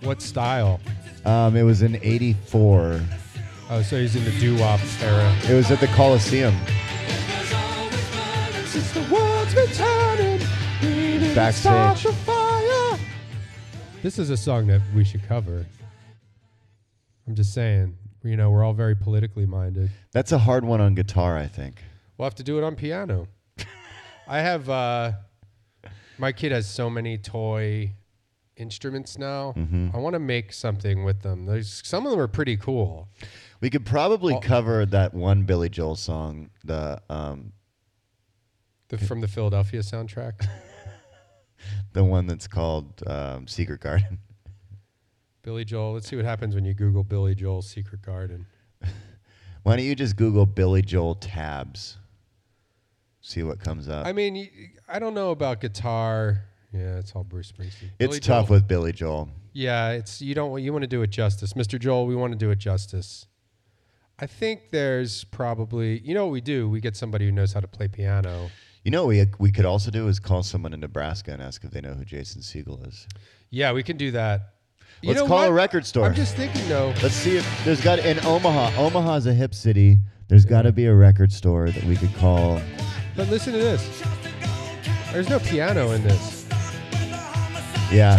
[SPEAKER 2] What style?
[SPEAKER 1] um it was in 84
[SPEAKER 2] Oh, so he's in the doo-wop era.
[SPEAKER 1] it was at the coliseum
[SPEAKER 2] Since the world's been turning, we need to start
[SPEAKER 1] Backstage.
[SPEAKER 2] the fire. This is a song that we should cover. I'm just saying, you know, we're all very politically minded.
[SPEAKER 1] that's a hard one on guitar i think
[SPEAKER 2] We'll have to do it on piano. I have uh my kid has so many toy instruments now. I want to make something with them. There's some of them are pretty cool.
[SPEAKER 1] We could probably cover that one Billy Joel song. The um,
[SPEAKER 2] The, from the Philadelphia soundtrack.
[SPEAKER 1] the one that's called um, Secret Garden.
[SPEAKER 2] Billy Joel. Let's see what happens when you Google Billy Joel's Secret Garden.
[SPEAKER 1] Why don't you just Google Billy Joel tabs? See what comes up.
[SPEAKER 2] I mean, y- I don't know about guitar. Yeah, it's all Bruce Springsteen.
[SPEAKER 1] it's
[SPEAKER 2] Billy
[SPEAKER 1] tough
[SPEAKER 2] Joel.
[SPEAKER 1] with Billy Joel.
[SPEAKER 2] Yeah, it's you don't you want to do it justice, Mr. Joel. We want to do it justice. I think there's probably you know what we do. We get somebody who knows how to play piano.
[SPEAKER 1] You know, what we we could also do is call someone in Nebraska and ask if they know who Jason Siegel is.
[SPEAKER 2] Yeah, we can do that. You
[SPEAKER 1] Let's
[SPEAKER 2] know
[SPEAKER 1] call a
[SPEAKER 2] what?
[SPEAKER 1] record store.
[SPEAKER 2] I'm just thinking though.
[SPEAKER 1] Let's see if there's got in Omaha. Omaha's a hip city. There's got to be a record store that we could call.
[SPEAKER 2] But listen to this. There's no piano in this.
[SPEAKER 1] Yeah,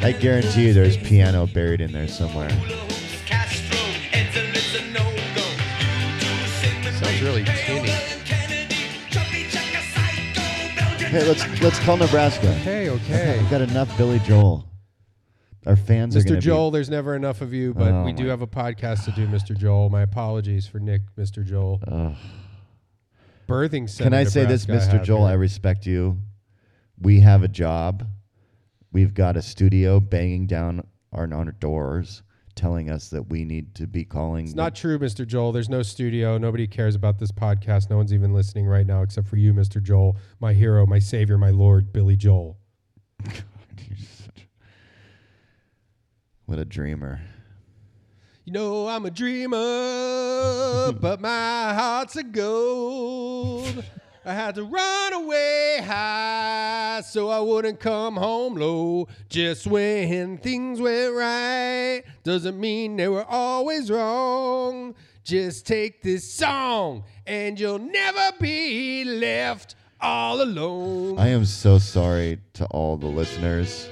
[SPEAKER 1] I guarantee you, there's piano buried in there somewhere.
[SPEAKER 2] Sounds really tinny.
[SPEAKER 1] Hey, let's let's call Nebraska.
[SPEAKER 2] Okay,
[SPEAKER 1] I've
[SPEAKER 2] okay.
[SPEAKER 1] got enough Billy Joel. Our fans are
[SPEAKER 2] Mr.
[SPEAKER 1] gonna
[SPEAKER 2] Joel, there's never enough of you, but
[SPEAKER 1] Oh
[SPEAKER 2] we do
[SPEAKER 1] my
[SPEAKER 2] have a podcast to do, Mr. Joel. My apologies for Nick, Mr. Joel.
[SPEAKER 1] Ugh.
[SPEAKER 2] Birthing
[SPEAKER 1] Be, can I
[SPEAKER 2] center
[SPEAKER 1] say this,
[SPEAKER 2] Nebraska
[SPEAKER 1] Mr.
[SPEAKER 2] have
[SPEAKER 1] Joel? I
[SPEAKER 2] here.
[SPEAKER 1] respect you. We have a job. We've got a studio banging down on our doors, telling us that we need to be calling.
[SPEAKER 2] It's not true, Mr. Joel. There's no studio. Nobody cares about this podcast. No one's even listening right now except for you, Mr. Joel, my hero, my savior, my lord, Billy Joel.
[SPEAKER 1] What a dreamer.
[SPEAKER 2] You know I'm a dreamer, but my heart's a gold. I had to run away high so I wouldn't come home low. Just when things went right doesn't mean they were always wrong. Just take this song and you'll never be left all alone.
[SPEAKER 1] I am so sorry to all the listeners.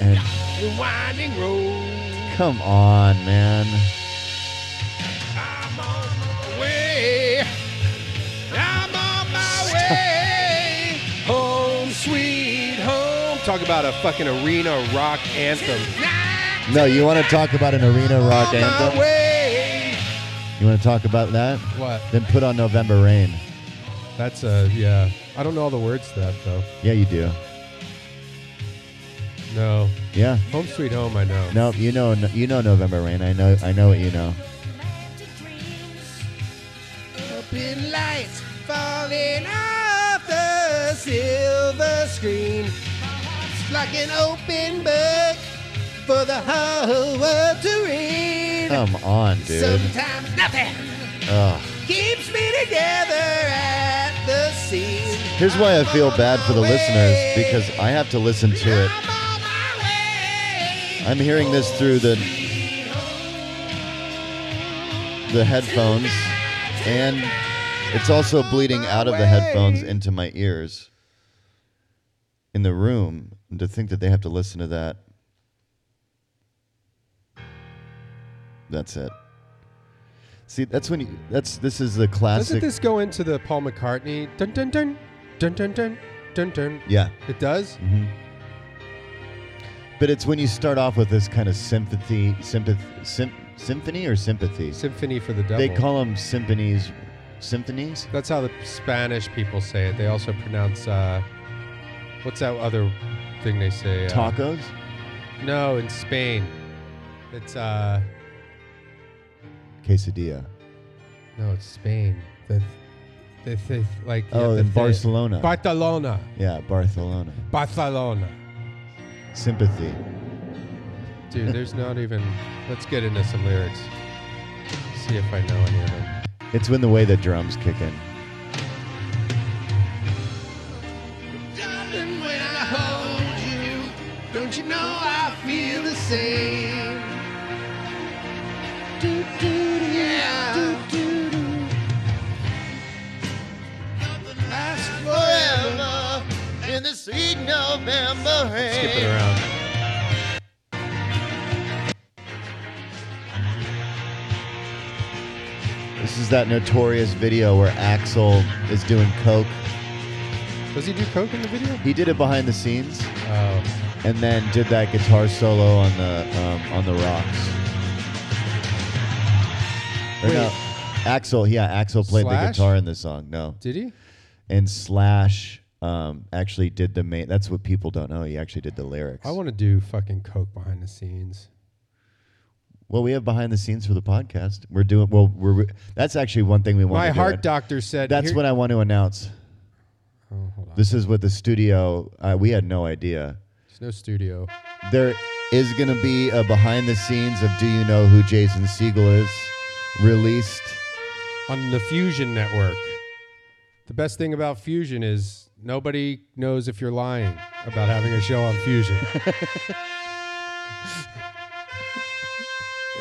[SPEAKER 1] And
[SPEAKER 2] The winding road,
[SPEAKER 1] come on, man.
[SPEAKER 2] I'm on my way. I'm on my way. Home, sweet home. Talk about a fucking arena rock anthem.
[SPEAKER 1] No, you want to talk about an arena rock
[SPEAKER 2] My
[SPEAKER 1] anthem?
[SPEAKER 2] way.
[SPEAKER 1] You want to talk about that?
[SPEAKER 2] What?
[SPEAKER 1] Then put on November Rain.
[SPEAKER 2] That's a, yeah. I don't know all the words to that, though.
[SPEAKER 1] Yeah, you do.
[SPEAKER 2] No.
[SPEAKER 1] Yeah.
[SPEAKER 2] Home, sweet home, I know.
[SPEAKER 1] No, you know, you know November Rain. I know, I know what you know.
[SPEAKER 2] Up in lights falling off the silver screen. Like an open book for the whole world to read.
[SPEAKER 1] Come on, Oh, dude.
[SPEAKER 2] Sometimes nothing
[SPEAKER 1] Ugh.
[SPEAKER 2] keeps me together at the scene.
[SPEAKER 1] Here's why I feel bad for the listeners because I have to listen to it. I'm hearing this through the the headphones and it's also bleeding out of the headphones into my ears in the room and to think that they have to listen to that that's it see that's when you that's this is the
[SPEAKER 2] Doesn't
[SPEAKER 1] classic
[SPEAKER 2] this go into the Paul McCartney? Dun dun dun dun dun dun dun dun.
[SPEAKER 1] yeah
[SPEAKER 2] It does.
[SPEAKER 1] hmm But it's when you start off with this kind of sympathy, sympathy, sym- symphony or sympathy.
[SPEAKER 2] Symphony for the Devil.
[SPEAKER 1] They call them symphonies, symphonies.
[SPEAKER 2] That's how the Spanish people say it. They also pronounce uh, what's that other thing they say? Uh,
[SPEAKER 1] Tacos.
[SPEAKER 2] No, in Spain, it's uh,
[SPEAKER 1] Quesadilla.
[SPEAKER 2] no, it's Spain. The, the, the like you
[SPEAKER 1] Oh,
[SPEAKER 2] have to
[SPEAKER 1] in
[SPEAKER 2] say it.
[SPEAKER 1] Barcelona.
[SPEAKER 2] Barcelona,
[SPEAKER 1] yeah, Barcelona.
[SPEAKER 2] Barcelona.
[SPEAKER 1] Sympathy.
[SPEAKER 2] Dude, there's not even. Let's get into some lyrics. See if I know any of them.
[SPEAKER 1] It's when the way the drums kick in.
[SPEAKER 2] Don't you know I feel the same?
[SPEAKER 1] in the sweet November
[SPEAKER 2] Skip it around.
[SPEAKER 1] This is that notorious video where Axel is doing coke.
[SPEAKER 2] Does he do coke in the video?
[SPEAKER 1] He did it behind the scenes.
[SPEAKER 2] Oh,
[SPEAKER 1] and then did that guitar solo on the um, on the rocks. Or no,
[SPEAKER 2] Wait.
[SPEAKER 1] Axel, yeah, Axel played the
[SPEAKER 2] Slash?
[SPEAKER 1] guitar in the song. No,
[SPEAKER 2] did he?
[SPEAKER 1] and Slash um, actually did the main. That's what people don't know. He actually did the lyrics.
[SPEAKER 2] I want to do fucking coke behind the scenes.
[SPEAKER 1] well, we have behind the scenes for the podcast. We're doing well. We're that's actually one thing we want.
[SPEAKER 2] My
[SPEAKER 1] to do.
[SPEAKER 2] heart doctor said
[SPEAKER 1] That's
[SPEAKER 2] here-
[SPEAKER 1] what I want to announce.
[SPEAKER 2] Oh, hold on.
[SPEAKER 1] This is what the studio. Uh, we had no idea.
[SPEAKER 2] There's no studio.
[SPEAKER 1] There is going to be a behind the scenes of Do You Know Who Jason Siegel Is released.
[SPEAKER 2] on the Fusion Network. The best thing about Fusion is nobody knows if you're lying about having a show on Fusion.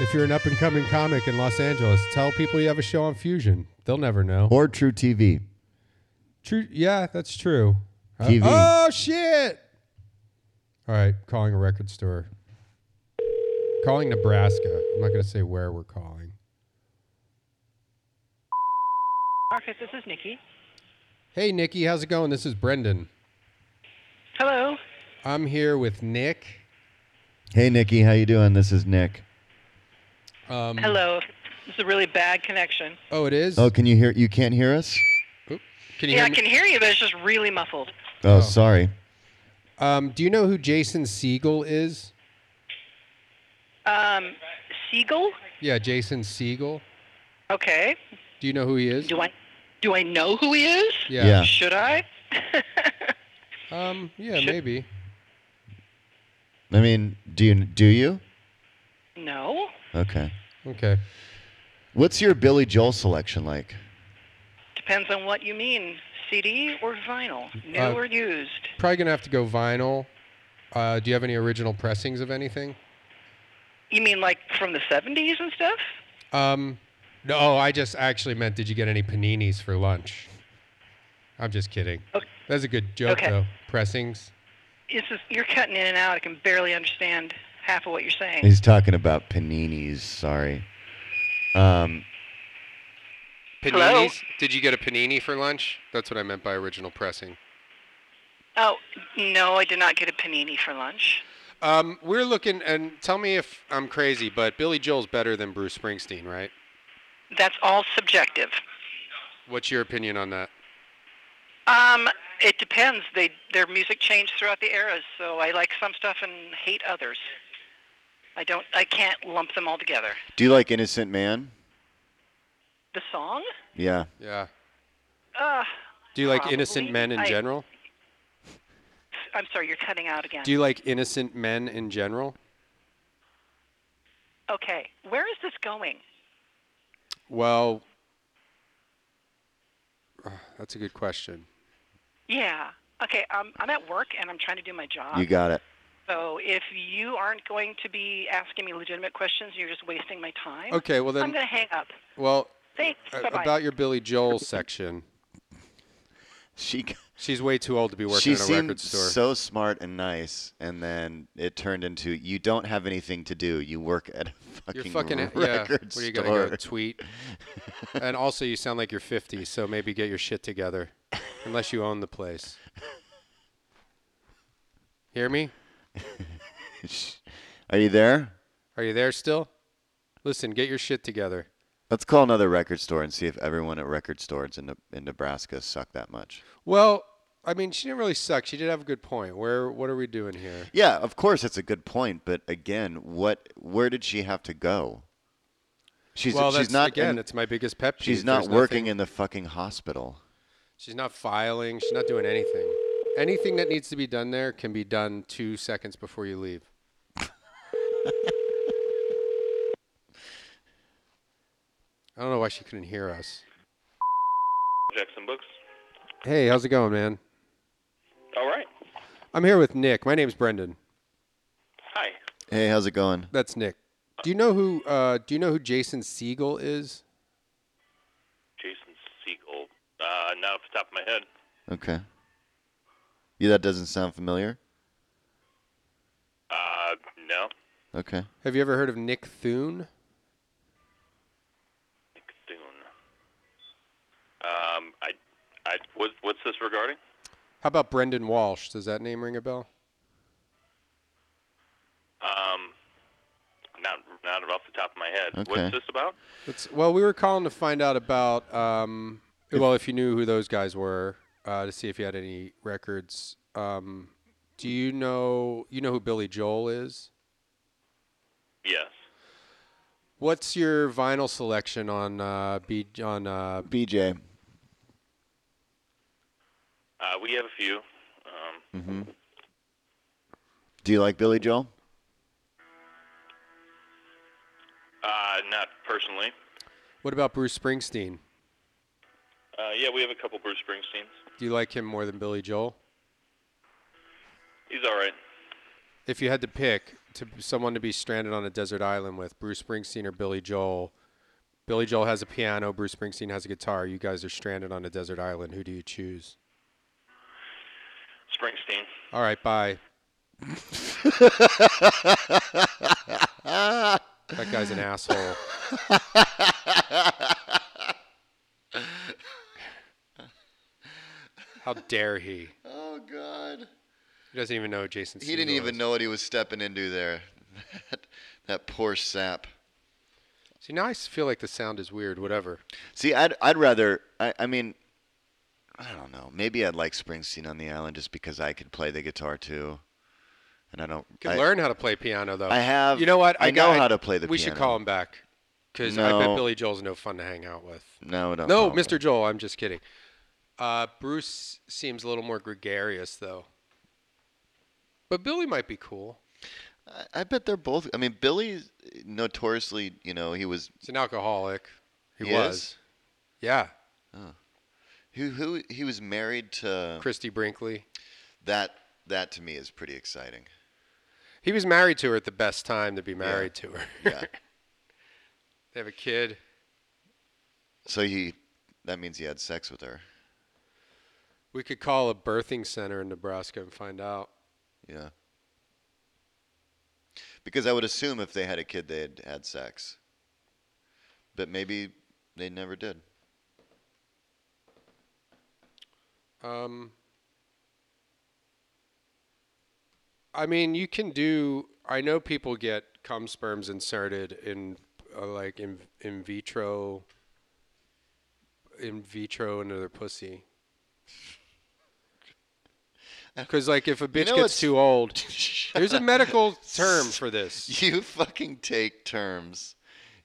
[SPEAKER 2] if you're an up and coming comic in Los Angeles, tell people you have a show on Fusion. They'll never know.
[SPEAKER 1] Or True TV.
[SPEAKER 2] True. Yeah, that's true. Huh?
[SPEAKER 1] TV.
[SPEAKER 2] Oh shit! All right, calling a record store. Calling Nebraska. I'm not gonna say where we're calling.
[SPEAKER 3] Marcus, this is Nikki.
[SPEAKER 2] Hey Nikki, how's it going? This is Brendan.
[SPEAKER 3] Hello.
[SPEAKER 2] I'm here with Nick
[SPEAKER 7] Hey, Nikki, how you doing? This is Nick.
[SPEAKER 3] Um,
[SPEAKER 8] Hello. This is a really bad connection.
[SPEAKER 3] Oh, it is.
[SPEAKER 7] Oh, can you hear? You can't hear us?
[SPEAKER 2] Can you
[SPEAKER 8] Yeah, I
[SPEAKER 2] hear me?
[SPEAKER 8] can hear you, but it's just really muffled.
[SPEAKER 7] Oh,
[SPEAKER 3] Oh.
[SPEAKER 7] sorry.
[SPEAKER 3] Um, do you know who Jason Siegel is?
[SPEAKER 8] Um, Siegel?
[SPEAKER 3] Yeah, Jason Siegel.
[SPEAKER 8] Okay.
[SPEAKER 3] Do you know who he is?
[SPEAKER 8] Do I do I know who he is?
[SPEAKER 7] Yeah.
[SPEAKER 8] Should I?
[SPEAKER 3] Um, yeah, maybe.
[SPEAKER 7] I mean, do you do you?
[SPEAKER 8] no.
[SPEAKER 7] Okay.
[SPEAKER 3] Okay.
[SPEAKER 7] What's your Billy Joel selection like?
[SPEAKER 8] Depends on what you mean. CD or vinyl? New
[SPEAKER 3] Uh,
[SPEAKER 8] or used?
[SPEAKER 3] Probably gonna have to go vinyl. Uh, do you have any original pressings of anything?
[SPEAKER 8] You mean like from the 70s and stuff?
[SPEAKER 3] Um, no, oh, I just actually meant, did you get any paninis for lunch? I'm just kidding.
[SPEAKER 8] Okay.
[SPEAKER 3] That's a good joke
[SPEAKER 8] Okay.
[SPEAKER 3] though. Pressings.
[SPEAKER 8] This is you're cutting in and out. I can barely understand half of what you're saying.
[SPEAKER 7] He's talking about paninis. Sorry. Um,
[SPEAKER 8] Hello?
[SPEAKER 2] Paninis? Did you get a panini for lunch? That's what I meant by original pressing.
[SPEAKER 8] Oh, no, I did not get a panini for lunch.
[SPEAKER 2] Um, we're looking, and tell me if I'm crazy, but Billy Joel's better than Bruce Springsteen, right?
[SPEAKER 8] That's all subjective.
[SPEAKER 2] What's your opinion on that?
[SPEAKER 8] Um, it depends. They their music changed throughout the eras, so I like some stuff and hate others. I don't. I can't lump them all together.
[SPEAKER 7] do you like Innocent Man?
[SPEAKER 8] The song?
[SPEAKER 7] Yeah.
[SPEAKER 2] Yeah.
[SPEAKER 8] Uh,
[SPEAKER 2] Do you like
[SPEAKER 8] Probably.
[SPEAKER 2] innocent men in
[SPEAKER 8] I-
[SPEAKER 2] general?
[SPEAKER 8] I'm sorry, you're cutting out again.
[SPEAKER 2] Do you like innocent men in general?
[SPEAKER 8] okay, where is this going?
[SPEAKER 2] Well, uh, that's a good question.
[SPEAKER 8] Yeah. Okay, um, I'm at work and I'm trying to do my job.
[SPEAKER 7] You got it.
[SPEAKER 8] so if you aren't going to be asking me legitimate questions, you're just wasting my time.
[SPEAKER 2] Okay, well then,
[SPEAKER 8] I'm going to hang up.
[SPEAKER 2] well,
[SPEAKER 8] Thanks.
[SPEAKER 2] uh,
[SPEAKER 8] Bye-bye.
[SPEAKER 2] about your Billy Joel section,
[SPEAKER 7] She
[SPEAKER 2] she's way too old to be working
[SPEAKER 1] She
[SPEAKER 2] at a record
[SPEAKER 1] seemed
[SPEAKER 2] store.
[SPEAKER 1] so smart and nice, and then it turned into you don't have anything to do. You work at a
[SPEAKER 2] You're
[SPEAKER 1] fucking,
[SPEAKER 2] fucking yeah.
[SPEAKER 1] record
[SPEAKER 2] What are
[SPEAKER 1] store.
[SPEAKER 2] you gonna go tweet? and also, you sound like you're 50, so maybe get your shit together, unless you own the place. Hear me?
[SPEAKER 1] Are you there?
[SPEAKER 2] Are you there still? Listen, get your shit together.
[SPEAKER 1] Let's call another record store and see if everyone at record stores in, Ne- in Nebraska suck that much.
[SPEAKER 2] Well, I mean, she didn't really suck. She did have a good point. Where? What are we doing here?
[SPEAKER 1] Yeah, of course it's a good point, but again, what? Where did she have to go? She's
[SPEAKER 2] well,
[SPEAKER 1] she's
[SPEAKER 2] that's,
[SPEAKER 1] not
[SPEAKER 2] again.
[SPEAKER 1] in-
[SPEAKER 2] it's my biggest pep. peeve.
[SPEAKER 1] she's not
[SPEAKER 2] There's
[SPEAKER 1] working
[SPEAKER 2] nothing-
[SPEAKER 1] in the fucking hospital.
[SPEAKER 2] She's not filing. She's not doing anything. Anything that needs to be done there can be done two seconds before you leave. I don't know why she couldn't hear us.
[SPEAKER 9] Jackson Books.
[SPEAKER 2] Hey, how's it going, man?
[SPEAKER 9] All right.
[SPEAKER 2] I'm here with Nick. My name's Brendan.
[SPEAKER 9] Hi.
[SPEAKER 1] Hey, how's it going?
[SPEAKER 2] That's Nick. Do you know who? Uh, do you know who Jason Siegel is?
[SPEAKER 9] Jason Siegel. Uh, not off the top of my head.
[SPEAKER 1] Okay. Yeah, that doesn't sound familiar.
[SPEAKER 9] Uh, no.
[SPEAKER 1] Okay.
[SPEAKER 2] Have you ever heard of Nick Thune?
[SPEAKER 9] Nick Thune. Um, I, I, what, what's this regarding?
[SPEAKER 2] How about Brendan Walsh? Does that name ring a bell?
[SPEAKER 9] Um, not, not off the top of my head.
[SPEAKER 1] Okay.
[SPEAKER 9] What's this about?
[SPEAKER 2] It's, well, we were calling to find out about, um, well, if you knew who those guys were, uh, to see if you had any records. Um, do you know you know who Billy Joel is?
[SPEAKER 9] Yes.
[SPEAKER 2] What's your vinyl selection on uh, B on uh,
[SPEAKER 1] BJ.
[SPEAKER 9] Uh, we have a few. Um,
[SPEAKER 1] Do you like Billy Joel?
[SPEAKER 9] uh, not personally.
[SPEAKER 2] what about Bruce Springsteen?
[SPEAKER 9] Uh, yeah, we have a couple Bruce Springsteens.
[SPEAKER 2] Do you like him more than Billy Joel?
[SPEAKER 9] He's all right.
[SPEAKER 2] If you had to pick to someone to be stranded on a desert island with, Bruce Springsteen or Billy Joel? Billy Joel has a piano. Bruce Springsteen has a guitar. You guys are stranded on a desert island. Who do you choose?
[SPEAKER 9] Springsteen.
[SPEAKER 2] All right, bye. that guy's an asshole. How dare he?
[SPEAKER 1] Oh God.
[SPEAKER 2] He doesn't even know Jason.
[SPEAKER 1] He didn't even know what he was stepping into there. that poor sap.
[SPEAKER 2] See, now I s- feel like the sound is weird. Whatever.
[SPEAKER 1] See, I'd I'd rather. I, I mean, I don't know. Maybe I'd like Springsteen on the island just because I could play the guitar too, and I don't.
[SPEAKER 2] You can
[SPEAKER 1] I-
[SPEAKER 2] learn how to play piano, though.
[SPEAKER 1] I have-
[SPEAKER 2] You know what?
[SPEAKER 1] I know
[SPEAKER 2] got-
[SPEAKER 1] how to play the
[SPEAKER 2] We should
[SPEAKER 1] piano.
[SPEAKER 2] call him back because I
[SPEAKER 1] No.
[SPEAKER 2] bet Billy Joel's no fun to hang out with.
[SPEAKER 1] No, don't.
[SPEAKER 2] no,
[SPEAKER 1] call me.
[SPEAKER 2] Mr. Joel. I'm just kidding. Uh, Bruce seems a little more gregarious, though. But Billy might be cool.
[SPEAKER 1] I- I bet they're both. I mean, Billy notoriously, you know, he was.
[SPEAKER 2] He's an alcoholic. He,
[SPEAKER 1] He
[SPEAKER 2] was.
[SPEAKER 1] is?
[SPEAKER 2] Yeah.
[SPEAKER 1] Who who he was married to?
[SPEAKER 2] Christy Brinkley.
[SPEAKER 1] That that to me is pretty exciting.
[SPEAKER 2] He was married to her at the best time to be married to her.
[SPEAKER 1] Yeah.
[SPEAKER 2] They have a kid.
[SPEAKER 1] so he, that means he had sex with her.
[SPEAKER 2] We could call a birthing center in Nebraska and find out.
[SPEAKER 1] Yeah. Because I would assume if they had a kid, they had had sex. But maybe they never did.
[SPEAKER 2] Um, I mean, you can do. I know people get cum sperms inserted in, uh, like in in vitro. In vitro into their pussy. Because like if a bitch
[SPEAKER 1] know
[SPEAKER 2] gets
[SPEAKER 1] it's-
[SPEAKER 2] too old, there's a medical term for this.
[SPEAKER 1] You fucking take terms.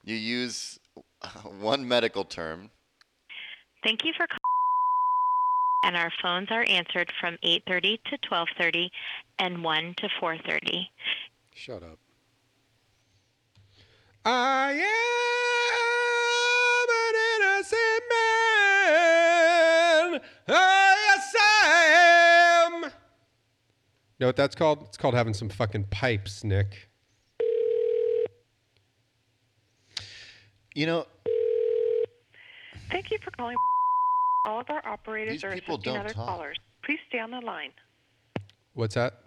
[SPEAKER 1] You use uh, one medical term.
[SPEAKER 10] Thank you for calling. And our phones are answered from 8:30 to 12:30 and 1 to 4:30.
[SPEAKER 2] Shut up. I am an innocent man. Ah, yes, I am. You know what that's called? It's called having some fucking pipes, Nick.
[SPEAKER 1] You know,
[SPEAKER 8] Thank you for calling. All of our operators
[SPEAKER 1] These
[SPEAKER 8] are
[SPEAKER 1] people
[SPEAKER 8] assisting
[SPEAKER 1] don't
[SPEAKER 8] other
[SPEAKER 1] talk.
[SPEAKER 8] callers. Please stay on the line.
[SPEAKER 2] What's that?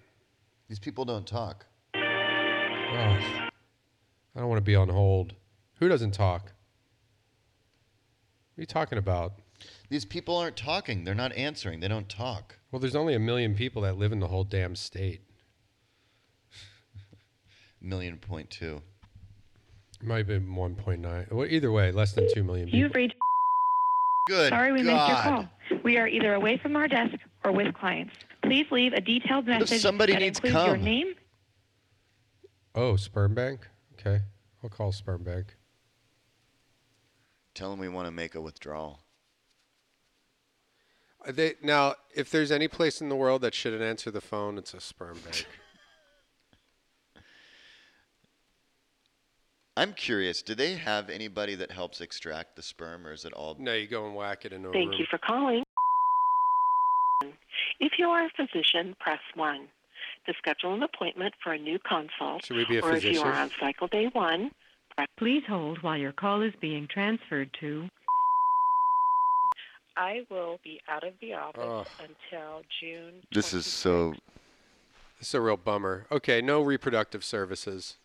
[SPEAKER 1] These people don't talk.
[SPEAKER 2] Oh, I don't want to be on hold. Who doesn't talk? What are you talking about?
[SPEAKER 1] These people aren't talking. They're not answering. They don't talk.
[SPEAKER 2] Well, there's only a million people that live in the whole damn state.
[SPEAKER 1] Million point two.
[SPEAKER 2] It might have been 1.9. Well, either way, less than 2 million people.
[SPEAKER 11] You've reached.
[SPEAKER 1] Good.
[SPEAKER 11] Sorry we missed your
[SPEAKER 1] God.
[SPEAKER 11] call. We are either away from our desk or with clients. Please leave a detailed
[SPEAKER 1] if
[SPEAKER 11] message
[SPEAKER 1] somebody
[SPEAKER 11] that
[SPEAKER 1] needs
[SPEAKER 11] includes your
[SPEAKER 1] cum?
[SPEAKER 11] name.
[SPEAKER 2] Oh, sperm bank? Okay. I'll call sperm bank.
[SPEAKER 1] Tell them we want to make a withdrawal.
[SPEAKER 2] Are They, now, if there's any place in the world that shouldn't answer the phone, it's a sperm bank.
[SPEAKER 1] I'm curious. Do they have anybody that helps extract the sperm, or is it all?
[SPEAKER 2] no, you go and whack it in a
[SPEAKER 8] Thank
[SPEAKER 2] room.
[SPEAKER 8] you for calling. If you are a physician, press 1. To schedule an appointment for a new consult,
[SPEAKER 2] Should we be a
[SPEAKER 8] or if you
[SPEAKER 2] physician?
[SPEAKER 8] are on cycle day 1,
[SPEAKER 12] Please hold while your call is being transferred to.
[SPEAKER 9] I will be out of the office
[SPEAKER 2] Ugh.
[SPEAKER 9] until June.
[SPEAKER 1] This is so.
[SPEAKER 2] It's a real bummer. Okay, no reproductive services.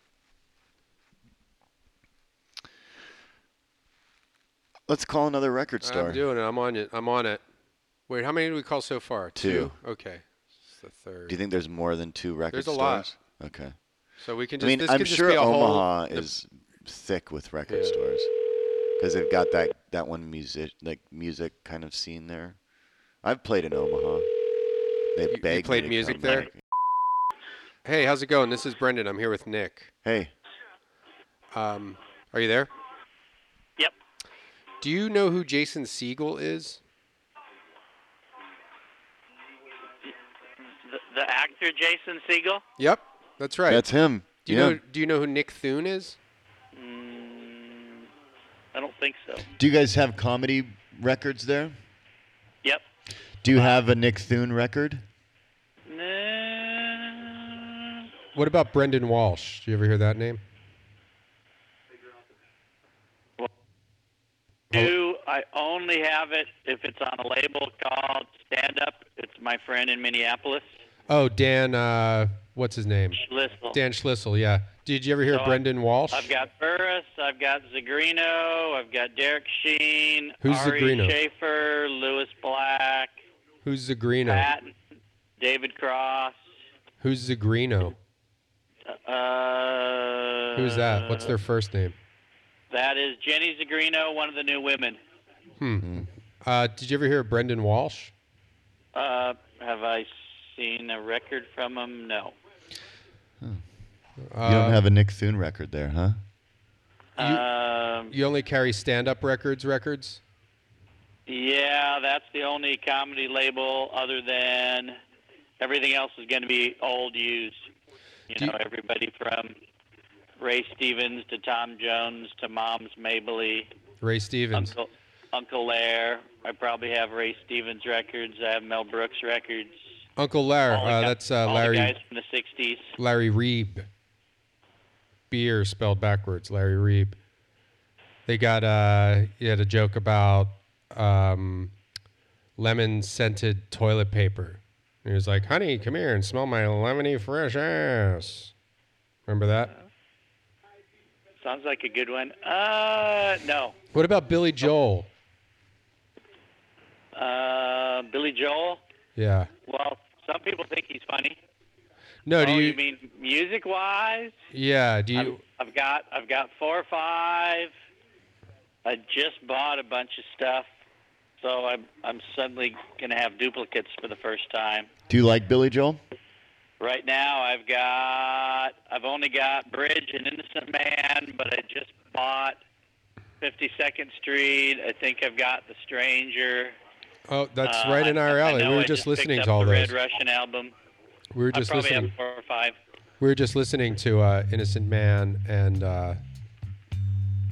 [SPEAKER 1] Let's call another record
[SPEAKER 2] I'm
[SPEAKER 1] store.
[SPEAKER 2] doing it. I'm on it. I'm on it. Wait, how many did we call so far?
[SPEAKER 1] Two.
[SPEAKER 2] Okay. It's the third.
[SPEAKER 1] Do you think there's more than two record
[SPEAKER 2] There's a
[SPEAKER 1] stores?
[SPEAKER 2] lot.
[SPEAKER 1] Okay.
[SPEAKER 2] So we can
[SPEAKER 1] I
[SPEAKER 2] just-
[SPEAKER 1] mean,
[SPEAKER 2] this
[SPEAKER 1] I'm
[SPEAKER 2] could just
[SPEAKER 1] sure
[SPEAKER 2] be a whole-
[SPEAKER 1] Omaha is thick with record stores because they've got that that one music like music kind of scene there. I've played in Omaha. They begged me
[SPEAKER 2] played
[SPEAKER 1] to
[SPEAKER 2] music
[SPEAKER 1] come
[SPEAKER 2] there?
[SPEAKER 1] back.
[SPEAKER 2] Hey, how's it going? This is Brendan. I'm here with Nick.
[SPEAKER 1] Hey.
[SPEAKER 2] Um, are you there?
[SPEAKER 9] Yep.
[SPEAKER 2] Do you know who Jason Siegel is?
[SPEAKER 9] The, the actor Jason Siegel?
[SPEAKER 2] Yep, that's right.
[SPEAKER 1] That's him.
[SPEAKER 2] Do you
[SPEAKER 1] Yeah.
[SPEAKER 2] know? Do you know who Nick Thune is?
[SPEAKER 9] Mm, I don't think so.
[SPEAKER 13] Do you guys have comedy records there?
[SPEAKER 9] Yep.
[SPEAKER 13] Do you have a Nick Thune record?
[SPEAKER 2] What about Brendan Walsh? Do you ever hear that name?
[SPEAKER 9] Do I only have it if it's on a label called Stand Up? It's my friend in Minneapolis.
[SPEAKER 2] Oh, Dan. Uh, what's his name?
[SPEAKER 9] Schlissel.
[SPEAKER 2] Dan Schlissel. Yeah. Did you ever hear
[SPEAKER 9] So
[SPEAKER 2] of Brendan Walsh?
[SPEAKER 9] I've got Burris, I've got Zagrino, I've got Derek Sheen,
[SPEAKER 2] Who's
[SPEAKER 9] Ari
[SPEAKER 2] Zagrino?
[SPEAKER 9] Schaefer, Lewis Black,
[SPEAKER 2] Who's Zagrino?
[SPEAKER 9] Patton, David Cross.
[SPEAKER 2] Who's Zagrino?
[SPEAKER 9] Uh,
[SPEAKER 2] Who's that? What's their first name?
[SPEAKER 9] That is Jenny Zagrino, one of the new women.
[SPEAKER 2] Hmm. Uh, did you ever hear of Brendan Walsh?
[SPEAKER 9] Uh, have I seen a record from him? No.
[SPEAKER 1] you
[SPEAKER 2] Uh,
[SPEAKER 1] don't have a Nick Thune record there, huh?
[SPEAKER 2] You,
[SPEAKER 9] Uh, Um,
[SPEAKER 2] you only carry stand-up records, records.
[SPEAKER 9] Yeah, that's the only comedy label other than everything else is going to be old used. You know, everybody from Ray Stevens to Tom Jones to Mom's Mabley,
[SPEAKER 2] Ray Stevens.
[SPEAKER 9] Uncle, Uncle Lair. I probably have Ray Stevens records. I have Mel Brooks records.
[SPEAKER 2] Uncle Larry. Uh, that's uh,
[SPEAKER 9] all
[SPEAKER 2] Larry.
[SPEAKER 9] the guys from the '60s.
[SPEAKER 2] Larry Reeb. Beer spelled backwards. Larry Reeb. They got uh he had a joke about um, lemon scented toilet paper. And he was like, "Honey, come here and smell my lemony fresh ass." Remember that?
[SPEAKER 9] Sounds like a good one. Uh, no.
[SPEAKER 2] What about Billy Joel?
[SPEAKER 9] Uh, Billy Joel.
[SPEAKER 2] Yeah.
[SPEAKER 9] Well, some people think he's funny.
[SPEAKER 2] No, do
[SPEAKER 9] oh,
[SPEAKER 2] you,
[SPEAKER 9] you mean music-wise?
[SPEAKER 2] Yeah, do you
[SPEAKER 9] I've got I've got four or five. I just bought a bunch of stuff, so I'm I'm suddenly gonna have duplicates for the first time.
[SPEAKER 1] Do you like Billy Joel?
[SPEAKER 9] Right now, I've got I've only got Bridge and Innocent Man, but I just bought 52nd Street. I think I've got The Stranger.
[SPEAKER 2] Oh, that's
[SPEAKER 9] Uh,
[SPEAKER 2] right in our
[SPEAKER 9] I- I
[SPEAKER 2] alley.
[SPEAKER 9] know
[SPEAKER 2] we were
[SPEAKER 9] I
[SPEAKER 2] just,
[SPEAKER 9] picked
[SPEAKER 2] listening
[SPEAKER 9] up
[SPEAKER 2] to all
[SPEAKER 9] the
[SPEAKER 2] those.
[SPEAKER 9] Red Russian album.
[SPEAKER 2] We were
[SPEAKER 9] I
[SPEAKER 2] just
[SPEAKER 9] probably
[SPEAKER 2] listening.
[SPEAKER 9] Have four or five.
[SPEAKER 2] We were just listening to uh, Innocent Man and uh,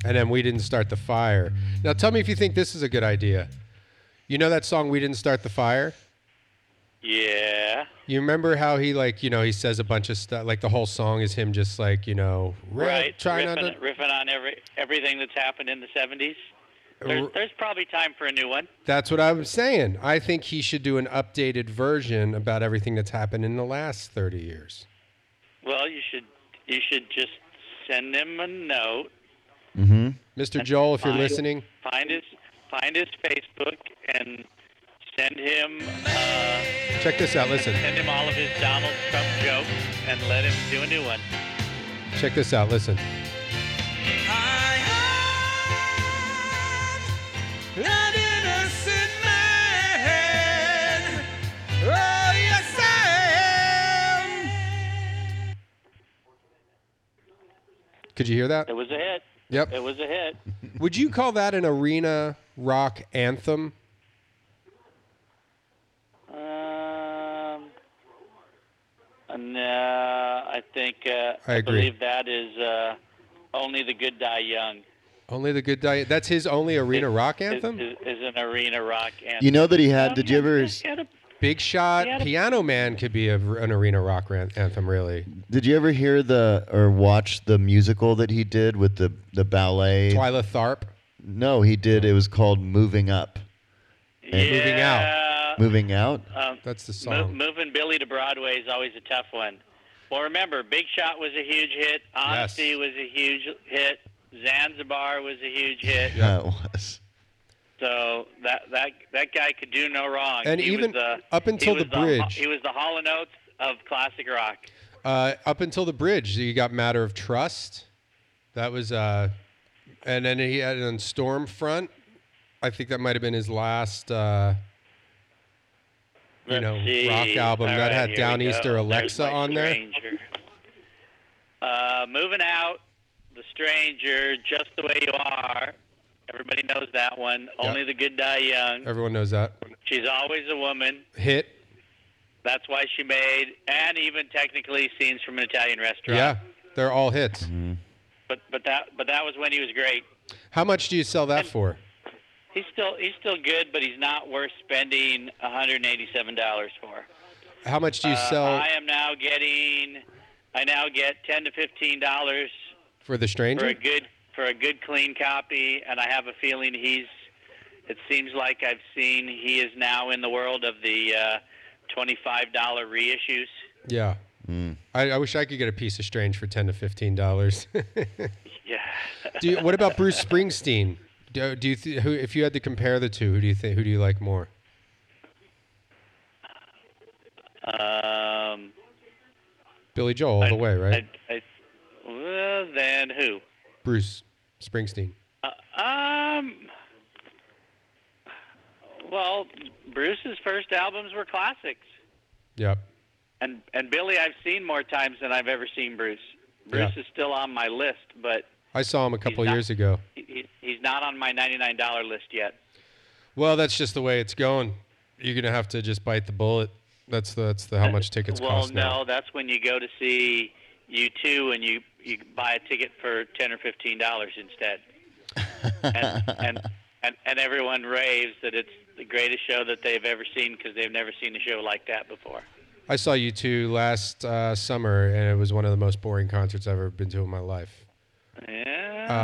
[SPEAKER 2] and then We Didn't Start the Fire. Now tell me if you think this is a good idea. You know that song We Didn't Start the Fire?
[SPEAKER 9] Yeah.
[SPEAKER 2] You remember how he like, you know, he says a bunch of stuff like the whole song is him just like, you know, "Red
[SPEAKER 9] right.
[SPEAKER 2] China da-"
[SPEAKER 9] riffing, riffing on every everything that's happened in the 70s.
[SPEAKER 2] Uh, R-
[SPEAKER 9] There's, there's probably time for a new one.
[SPEAKER 2] That's what I'm saying. I think he should do an updated version about everything that's happened in the last 30 years.
[SPEAKER 9] Well, you should you should just send him a note.
[SPEAKER 1] Mhm.
[SPEAKER 2] Mr. Joel, if you're
[SPEAKER 9] Find-
[SPEAKER 2] listening,
[SPEAKER 9] find his find his Facebook and send him uh,
[SPEAKER 2] check this out. Listen.
[SPEAKER 9] send him all of his Donald Trump jokes and let him do a new one.
[SPEAKER 2] Check this out. Listen.
[SPEAKER 5] An innocent man. Oh, yes, I am.
[SPEAKER 2] Could you hear that?
[SPEAKER 9] It was a hit.
[SPEAKER 2] Yep.
[SPEAKER 9] It was a hit.
[SPEAKER 2] Would you call that an arena rock anthem?
[SPEAKER 9] Um, and, uh, I think uh,
[SPEAKER 2] I agree.
[SPEAKER 9] believe that is uh, only the good die young.
[SPEAKER 2] Only the good diet. That's his only arena rock
[SPEAKER 9] Is-
[SPEAKER 2] anthem.
[SPEAKER 9] is, is an arena rock anthem.
[SPEAKER 1] You know that he had. Did you ever?
[SPEAKER 2] Big Shot,
[SPEAKER 9] Yeah.
[SPEAKER 2] Piano Man could be a, an arena rock ran- anthem, really.
[SPEAKER 1] Did you ever hear the or watch the musical that he did with the the ballet?
[SPEAKER 2] Twyla Tharp.
[SPEAKER 1] No, he did. It was called Moving Up.
[SPEAKER 2] Moving
[SPEAKER 9] Out.
[SPEAKER 1] Moving Out.
[SPEAKER 9] Um,
[SPEAKER 2] That's the
[SPEAKER 9] Mo- moving Billy to Broadway is always a tough one. Well, remember, Big Shot was a huge hit. Honesty was a huge hit. Zanzibar was a huge hit.
[SPEAKER 1] Yeah, it was.
[SPEAKER 9] So that that that guy could do no wrong.
[SPEAKER 2] And
[SPEAKER 9] He was
[SPEAKER 2] even
[SPEAKER 9] the-
[SPEAKER 2] up until
[SPEAKER 9] he was
[SPEAKER 2] the bridge.
[SPEAKER 9] he was the Hall and Oates of classic rock.
[SPEAKER 2] Uh, up until the bridge, you got Matter of Trust. That was, uh, and then he had it on Stormfront. I think that might have been his last, uh, you know,
[SPEAKER 9] see.
[SPEAKER 2] rock album.
[SPEAKER 9] All
[SPEAKER 2] that
[SPEAKER 9] right,
[SPEAKER 2] had
[SPEAKER 9] here
[SPEAKER 2] Down
[SPEAKER 9] we go.
[SPEAKER 2] Easter
[SPEAKER 9] There's
[SPEAKER 2] Alexa
[SPEAKER 9] my
[SPEAKER 2] on there.
[SPEAKER 9] Stranger. Uh, moving out, The Stranger, Just the Way You Are. Everybody knows that one. Only the good die young.
[SPEAKER 2] Everyone knows that.
[SPEAKER 9] She's always a woman.
[SPEAKER 2] Hit.
[SPEAKER 9] That's why she made, and even technically, scenes from an Italian restaurant.
[SPEAKER 2] Yeah. They're all hits.
[SPEAKER 9] But but that but that was when he was great.
[SPEAKER 2] How much do you sell that for?
[SPEAKER 9] He's still he's still good, but he's not worth spending 187 dollars for.
[SPEAKER 2] How much do you
[SPEAKER 9] Uh,
[SPEAKER 2] sell
[SPEAKER 9] I am now getting, I now get 10 to 15 dollars
[SPEAKER 2] for The
[SPEAKER 9] for a
[SPEAKER 2] Stranger?
[SPEAKER 9] good for a good clean copy, and I have a feeling he's. It seems like I've seen he is now in the world of the uh, 25 dollar reissues.
[SPEAKER 2] Yeah. I, I wish I could get a piece of Strange for 10 to $15.
[SPEAKER 9] Yeah.
[SPEAKER 2] Do you, what about Bruce Springsteen? Do, do you th- who, if you had to compare the two, who do you think who do you like more?
[SPEAKER 9] Um, Um,
[SPEAKER 2] Billy Joel all the way, right?
[SPEAKER 9] I, well, then and who?
[SPEAKER 2] Bruce Springsteen.
[SPEAKER 9] Uh, um. Well, Bruce's first albums were classics,
[SPEAKER 2] Yep.
[SPEAKER 9] and and Billy, I've seen more times than I've ever seen Bruce. Bruce is still on my list, but
[SPEAKER 2] I saw him a couple years ago.
[SPEAKER 9] he, he- he's not on my ninety-nine dollar list yet.
[SPEAKER 2] Well, that's just the way it's going. You're gonna have to just bite the bullet. That's the, that's the how much tickets
[SPEAKER 9] well,
[SPEAKER 2] cost
[SPEAKER 9] no,
[SPEAKER 2] now.
[SPEAKER 9] that's when you go to see you two and you you buy a ticket for ten or fifteen dollars instead, and, and and and everyone raves that it's the greatest show that they've ever seen because they've never seen a show like that before.
[SPEAKER 2] I saw you two last uh, summer, and it was one of the most boring concerts I've ever been to in my life.
[SPEAKER 9] Yeah.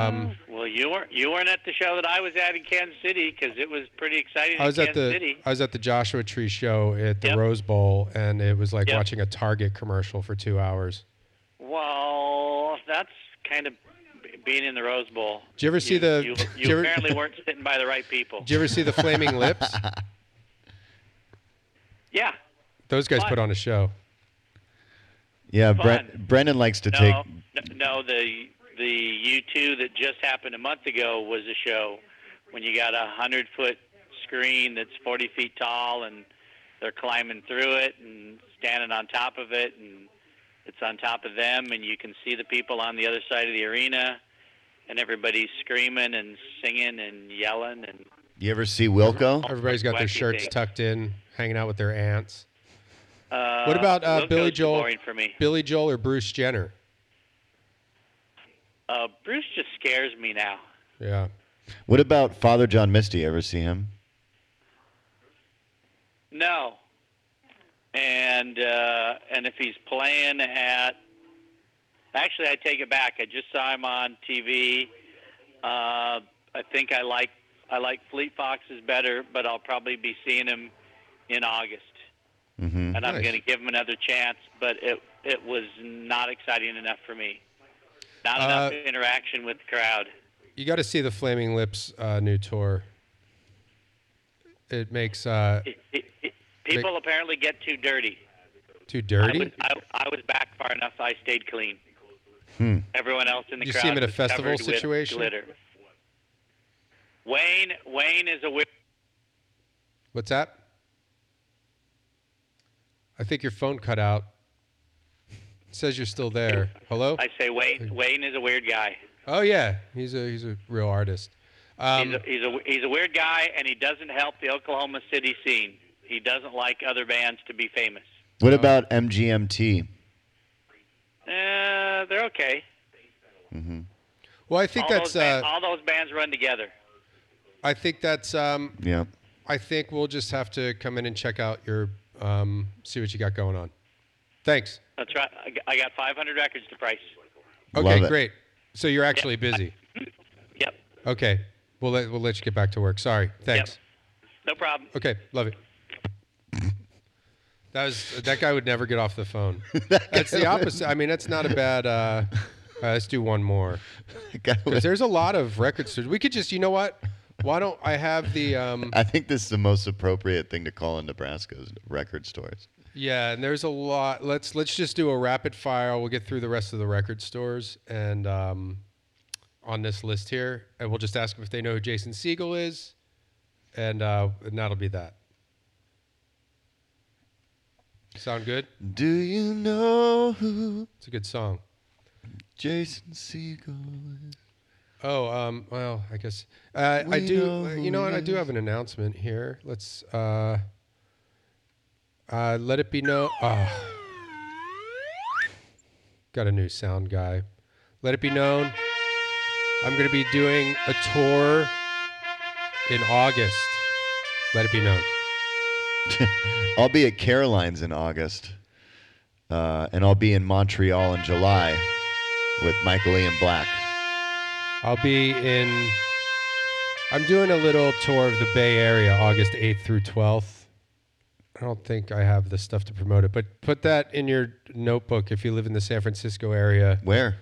[SPEAKER 2] Um,
[SPEAKER 9] well, you weren't you weren't at the show that I was at in Kansas City because it was pretty exciting.
[SPEAKER 2] I was
[SPEAKER 9] in
[SPEAKER 2] at
[SPEAKER 9] Kansas
[SPEAKER 2] the
[SPEAKER 9] City.
[SPEAKER 2] I was at the Joshua Tree show at the Rose Bowl, and it was like
[SPEAKER 9] Yep.
[SPEAKER 2] watching a Target commercial for two hours.
[SPEAKER 9] Well, that's kind of b- being in the Rose Bowl.
[SPEAKER 2] Did you ever see
[SPEAKER 9] You-
[SPEAKER 2] the-
[SPEAKER 9] You,
[SPEAKER 2] did
[SPEAKER 9] you
[SPEAKER 2] you ever-
[SPEAKER 9] apparently weren't sitting by the right people.
[SPEAKER 2] Did you ever see the Flaming Lips?
[SPEAKER 9] Yeah.
[SPEAKER 2] Those guys
[SPEAKER 9] Fun.
[SPEAKER 2] put on a show.
[SPEAKER 1] Yeah,
[SPEAKER 9] Fun.
[SPEAKER 1] Brent, Brendan likes to
[SPEAKER 9] no,
[SPEAKER 1] take.
[SPEAKER 9] n- no, the the U two that just happened a month ago was a show when you got a hundred foot screen that's forty feet tall and they're climbing through it and standing on top of it and it's on top of them and you can see the people on the other side of the arena and everybody's screaming and singing and yelling and
[SPEAKER 1] You ever see Wilco?
[SPEAKER 2] Everybody's got their
[SPEAKER 9] Wacky
[SPEAKER 2] shirts
[SPEAKER 9] thing.
[SPEAKER 2] tucked in, hanging out with their aunts.
[SPEAKER 9] uh,
[SPEAKER 2] what about uh,
[SPEAKER 9] Wilco's
[SPEAKER 2] Billy
[SPEAKER 9] too
[SPEAKER 2] Joel?
[SPEAKER 9] boring for me.
[SPEAKER 2] Billy Joel or Bruce Jenner?
[SPEAKER 9] Uh, Bruce just scares me now.
[SPEAKER 2] Yeah.
[SPEAKER 1] What about Father John Misty? Ever see him?
[SPEAKER 9] No. And uh, and if he's playing at, actually, I take it back. I just saw him on TV. Uh, I think I like I like Fleet Foxes better, but I'll probably be seeing him in August.
[SPEAKER 1] Mm-hmm.
[SPEAKER 9] And I'm going to give him another chance, but it it was not exciting enough for me. Not enough
[SPEAKER 2] Uh,
[SPEAKER 9] interaction with the crowd.
[SPEAKER 2] You got to see the Flaming Lips uh, new tour. It makes uh,
[SPEAKER 9] People apparently get too dirty.
[SPEAKER 2] too dirty.
[SPEAKER 9] I was, I, I was back far enough. I stayed clean.
[SPEAKER 2] Hmm.
[SPEAKER 9] Everyone else in the
[SPEAKER 2] You
[SPEAKER 9] crowd
[SPEAKER 2] see him at a
[SPEAKER 9] was
[SPEAKER 2] festival
[SPEAKER 9] covered with
[SPEAKER 2] situation?
[SPEAKER 9] glitter. Wayne, Wayne is a weird.
[SPEAKER 2] What's that? I think your phone cut out. It says you're still there. Hello?
[SPEAKER 9] I say Wayne, Wayne is a weird guy.
[SPEAKER 2] Oh yeah, he's a he's a real artist. Um,
[SPEAKER 9] he's, a, he's a he's a weird guy, and he doesn't help the Oklahoma City scene. He doesn't like other bands to be famous.
[SPEAKER 1] What about MGMT?
[SPEAKER 9] Uh, they're okay.
[SPEAKER 1] hmm
[SPEAKER 2] well, I think
[SPEAKER 9] all
[SPEAKER 2] that's
[SPEAKER 9] those ba-
[SPEAKER 2] uh,
[SPEAKER 9] all those bands run together.
[SPEAKER 2] I think that's um,
[SPEAKER 1] Yeah.
[SPEAKER 2] I think we'll just have to come in and check out your um, see what you got going on. Thanks.
[SPEAKER 9] That's right. I g- I got 500 records to price.
[SPEAKER 2] Okay,
[SPEAKER 1] Love it.
[SPEAKER 2] great. So you're actually busy.
[SPEAKER 9] Yep.
[SPEAKER 2] Okay, we'll let we'll let you get back to work. Sorry. Thanks.
[SPEAKER 9] No problem.
[SPEAKER 2] Okay, love it. That was that guy would never get off the phone. that's the opposite. I mean, that's not a bad. Uh, uh, let's do one more. Because there's a lot of record stores. We could just, you know what? Why don't I have the? Um,
[SPEAKER 1] I think this is the most appropriate thing to call in Nebraska's record stores.
[SPEAKER 2] yeah, and there's a lot. Let's let's just do a rapid fire. We'll get through the rest of the record stores and um, on this list here, and we'll just ask them if they know who Jason Siegel is, and uh, and that'll be that. Sound good?
[SPEAKER 1] Do you know who
[SPEAKER 2] It's a good song.
[SPEAKER 1] Jason Siegel is?
[SPEAKER 2] Oh, um, well, I guess uh, I
[SPEAKER 1] We
[SPEAKER 2] do.
[SPEAKER 1] know who
[SPEAKER 2] you know what?
[SPEAKER 1] it
[SPEAKER 2] I do
[SPEAKER 1] is.
[SPEAKER 2] have an announcement here. Let's uh, uh, let it be known. Oh. Got a new sound guy. Let it be known. I'm going to be doing a tour in August. Let it be known.
[SPEAKER 1] I'll be at Caroline's in August, uh, and I'll be in Montreal in July with Michael Ian Black.
[SPEAKER 2] I'll be in. I'm doing a little tour of the Bay Area, August 8th through 12th. I don't think I have the stuff to promote it, but put that in your notebook if you live in the San Francisco area.
[SPEAKER 1] Where?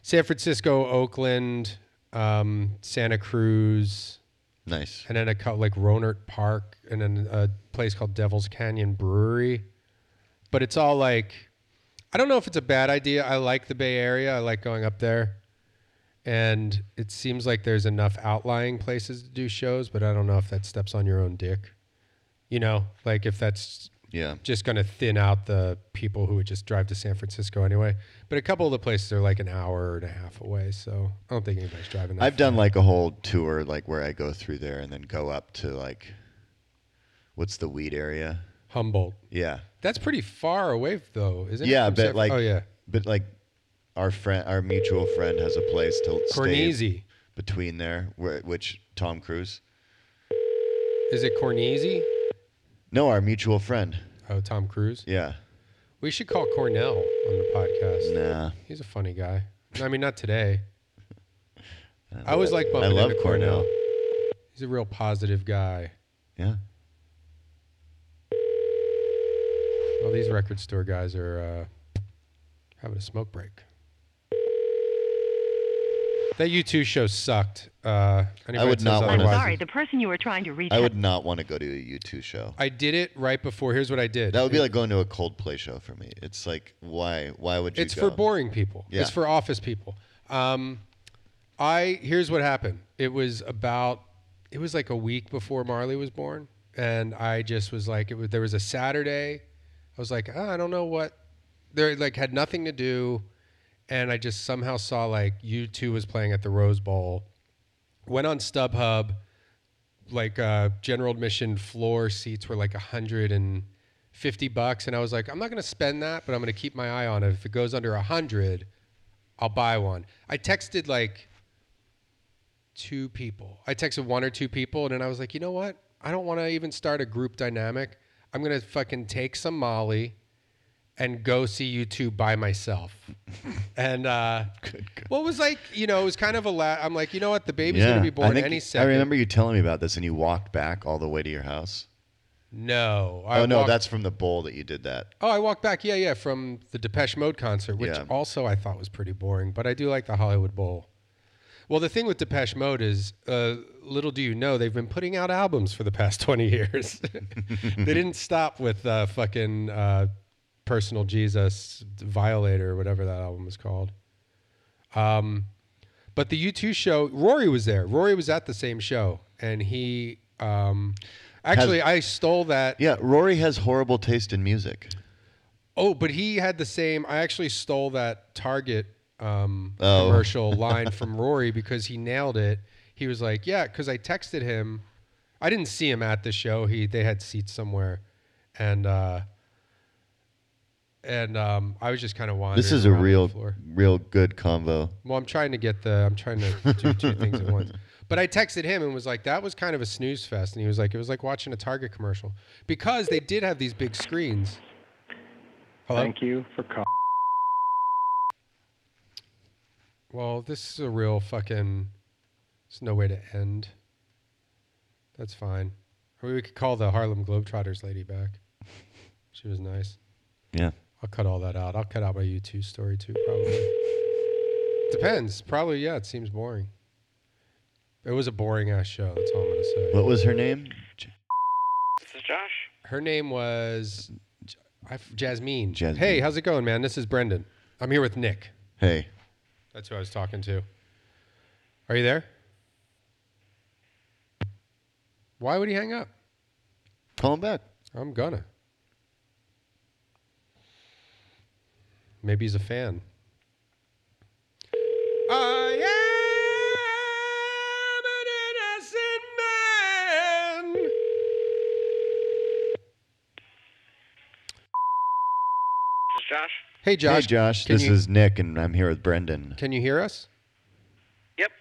[SPEAKER 2] San Francisco, Oakland, um, Santa Cruz,
[SPEAKER 1] Nice.
[SPEAKER 2] and then a cou- like Roanert Park, and then a place called Devil's Canyon Brewery. But it's all like, I don't know if it's a bad idea. I like the Bay Area. I like going up there. and it seems like there's enough outlying places to do shows, but I don't know if that steps on your own dick. You know, like if that's
[SPEAKER 1] Yeah.
[SPEAKER 2] just going to thin out the people who would just drive to San Francisco anyway. But a couple of the places are like an hour and a half away, so I don't think anybody's driving. That
[SPEAKER 1] I've done like a whole tour, like where I go through there and then go up to like, what's the weed area?
[SPEAKER 2] Humboldt.
[SPEAKER 1] Yeah.
[SPEAKER 2] That's pretty far away, though, isn't it?
[SPEAKER 1] yeah,
[SPEAKER 2] from
[SPEAKER 1] but
[SPEAKER 2] San-
[SPEAKER 1] like,
[SPEAKER 2] oh yeah,
[SPEAKER 1] but like, our friend, our mutual friend, has a place to
[SPEAKER 2] Cornese.
[SPEAKER 1] stay between there, where, which Tom Cruise.
[SPEAKER 2] is it Cornese?
[SPEAKER 1] No, our mutual friend.
[SPEAKER 2] Oh, Tom Cruise.
[SPEAKER 1] Yeah.
[SPEAKER 2] We should call Cornell on the podcast.
[SPEAKER 1] Nah.
[SPEAKER 2] He's a funny guy. I mean, not today.
[SPEAKER 1] I
[SPEAKER 2] I always like bumping
[SPEAKER 1] I love
[SPEAKER 2] into Cornell.
[SPEAKER 1] Cornell.
[SPEAKER 2] He's a real positive guy.
[SPEAKER 1] Yeah.
[SPEAKER 2] Well, these record store guys are uh, having a smoke break. That U2 show sucked. Uh, anybody
[SPEAKER 1] would
[SPEAKER 2] says
[SPEAKER 1] not wanna-
[SPEAKER 14] I'm
[SPEAKER 2] otherwise
[SPEAKER 14] sorry,
[SPEAKER 2] is-
[SPEAKER 14] the person you were trying to reach.
[SPEAKER 1] I would
[SPEAKER 14] has-
[SPEAKER 1] not want to go to a U2 show.
[SPEAKER 2] I did it right before. Here's what I did.
[SPEAKER 1] That would be
[SPEAKER 2] It-
[SPEAKER 1] like going to a Coldplay show for me. It's like, why? Why would you?
[SPEAKER 2] It's
[SPEAKER 1] go?
[SPEAKER 2] for boring people.
[SPEAKER 1] Yeah.
[SPEAKER 2] It's for office people. Um, I here's what happened. It was about it was like a week before Marley was born, and I just was like, it was, there was a Saturday. I was like, "Ah, I don't know what. There like had nothing to do, and I just somehow saw like U2 was playing at the Rose Bowl. Went on StubHub, like uh, general admission floor seats were like a hundred and fifty bucks, and I was like, I'm not gonna spend that, but I'm gonna keep my eye on it. If it goes under a hundred, I'll buy one. I texted like two people. I texted one or two people, and then I was like, you know what? I don't want to even start a group dynamic. I'm gonna fucking take some Molly and go see you two by myself. and uh, what was like, you know, it was kind of a. La- I'm like, you know what? The baby's gonna be born
[SPEAKER 1] I think-
[SPEAKER 2] any second.
[SPEAKER 1] I remember you telling me about this, and you walked back all the way to your house.
[SPEAKER 2] No.
[SPEAKER 1] oh no,
[SPEAKER 2] walked-
[SPEAKER 1] that's from the bowl that you did that.
[SPEAKER 2] Oh, I walked back. Yeah, yeah, from the Depeche Mode concert, which
[SPEAKER 1] Yeah.
[SPEAKER 2] also I thought was pretty boring, but I do like the Hollywood Bowl. Well, the thing with Depeche Mode is, uh, little do you know, they've been putting out albums for the past 20 years. they didn't stop with uh, fucking uh, Personal Jesus, Violator, or whatever that album was called. Um, but the U2 show, Rory was there. Rory was at the same show, and he um, actually, I stole that.
[SPEAKER 1] Yeah, Rory has horrible taste in music.
[SPEAKER 2] Oh, but he had the same. I actually stole that Target um,
[SPEAKER 1] Oh.
[SPEAKER 2] commercial line from Rory because he nailed it. He was like, "Yeah," because I texted him. I didn't see him at the show. He they had seats somewhere, and uh, and um, I was just kind of wandering.
[SPEAKER 1] This is a
[SPEAKER 2] around the
[SPEAKER 1] real,
[SPEAKER 2] floor.
[SPEAKER 1] real good combo.
[SPEAKER 2] Well, I'm trying to get the. I'm trying to do two things at once. But I texted him and was like, "That was kind of a snooze fest," and he was like, "It was like watching a Target commercial because they did have these big screens." Hello?
[SPEAKER 15] Thank you for calling.
[SPEAKER 2] Well, this is a real fucking. There's no way to end. That's fine. Or we could call the Harlem Globetrotters lady back. She was nice.
[SPEAKER 1] Yeah.
[SPEAKER 2] I'll cut all that out. I'll cut out my U2 story too, probably. Depends. Probably, yeah, it seems boring. It was a boring ass show. That's all I'm going to say.
[SPEAKER 1] What was her name?
[SPEAKER 8] This is Josh.
[SPEAKER 2] Her name was J- I f- Jasmine.
[SPEAKER 1] Jasmine.
[SPEAKER 2] Hey, how's it going, man? This is Brendan. I'm here with Nick.
[SPEAKER 1] Hey,
[SPEAKER 2] That's who I was talking to. Are you there? Why would he hang up?
[SPEAKER 1] call him back.
[SPEAKER 2] I'm gonna. Maybe he's a fan. I am an innocent man.
[SPEAKER 8] This is Josh.
[SPEAKER 2] Hey, Josh.
[SPEAKER 1] Hey, Josh.
[SPEAKER 2] can
[SPEAKER 1] This
[SPEAKER 2] you-
[SPEAKER 1] is Nick, and I'm here with Brendan.
[SPEAKER 2] Can you hear us?
[SPEAKER 8] Yep.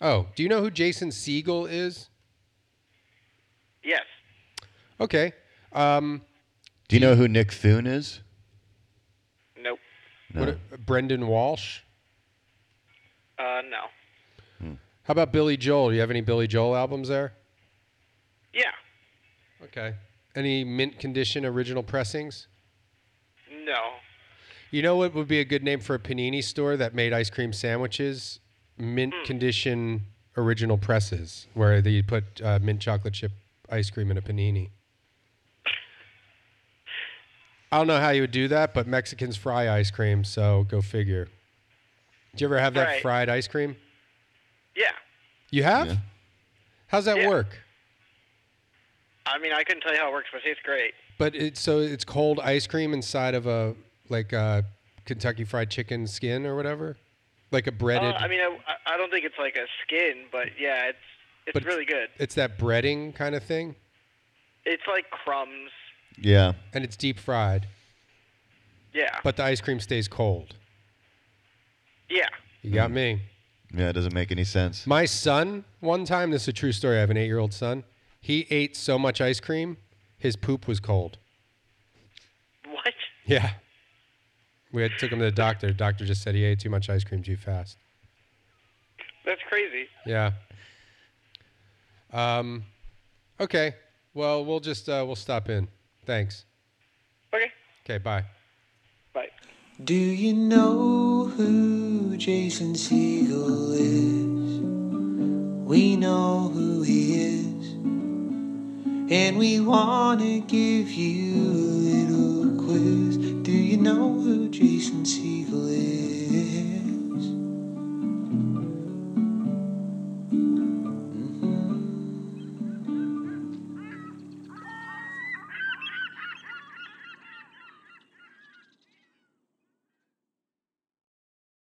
[SPEAKER 2] Oh, do you know who Jason Siegel is?
[SPEAKER 8] Yes.
[SPEAKER 2] Okay. Um,
[SPEAKER 1] Do you know who Nick Thune is?
[SPEAKER 8] Nope.
[SPEAKER 1] No.
[SPEAKER 2] what- Brendan Walsh.
[SPEAKER 8] Uh, no.
[SPEAKER 2] How about Billy Joel? Do you have any Billy Joel albums there?
[SPEAKER 8] Yeah.
[SPEAKER 2] Okay. Any mint condition original pressings?
[SPEAKER 8] No.
[SPEAKER 2] You know what would be a good name for a panini store that made ice cream sandwiches? Mint
[SPEAKER 9] Hmm.
[SPEAKER 2] condition original presses, where they put uh, mint chocolate chip ice cream in a panini. I don't know how you would do that, but Mexicans fry ice cream, so go figure. Do you ever have that
[SPEAKER 8] Right.
[SPEAKER 2] fried ice cream?
[SPEAKER 9] Yeah.
[SPEAKER 2] You have? How's that work?
[SPEAKER 9] I mean, I couldn't tell you how it works, but it tastes great.
[SPEAKER 2] But it's so it's cold ice cream inside of a like a Kentucky Fried Chicken skin or whatever, like a breaded.
[SPEAKER 9] Uh, I mean, I, I don't think it's like a skin, but yeah, it's it's
[SPEAKER 2] But-
[SPEAKER 9] really good.
[SPEAKER 2] it's that breading kind of thing.
[SPEAKER 9] It's like crumbs.
[SPEAKER 1] Yeah.
[SPEAKER 2] And it's deep fried,
[SPEAKER 9] Yeah.
[SPEAKER 2] but the ice cream stays cold.
[SPEAKER 9] yeah.
[SPEAKER 2] You got me.
[SPEAKER 1] Yeah, it doesn't make any sense.
[SPEAKER 2] My son, one time, this is a true story. I have an eight year old son. He ate so much ice cream, his poop was cold.
[SPEAKER 9] What?
[SPEAKER 2] Yeah. We had, took him to the doctor. The doctor just said he ate too much ice cream too fast.
[SPEAKER 9] That's crazy.
[SPEAKER 2] Yeah. Um, okay. Well, we'll just uh, we'll stop in. Thanks.
[SPEAKER 9] Okay.
[SPEAKER 2] Okay. Bye.
[SPEAKER 9] Bye.
[SPEAKER 5] Do you know who Jason Siegel is? We know who he is, and we want to give you a little quiz. Do you know who Jason Siegel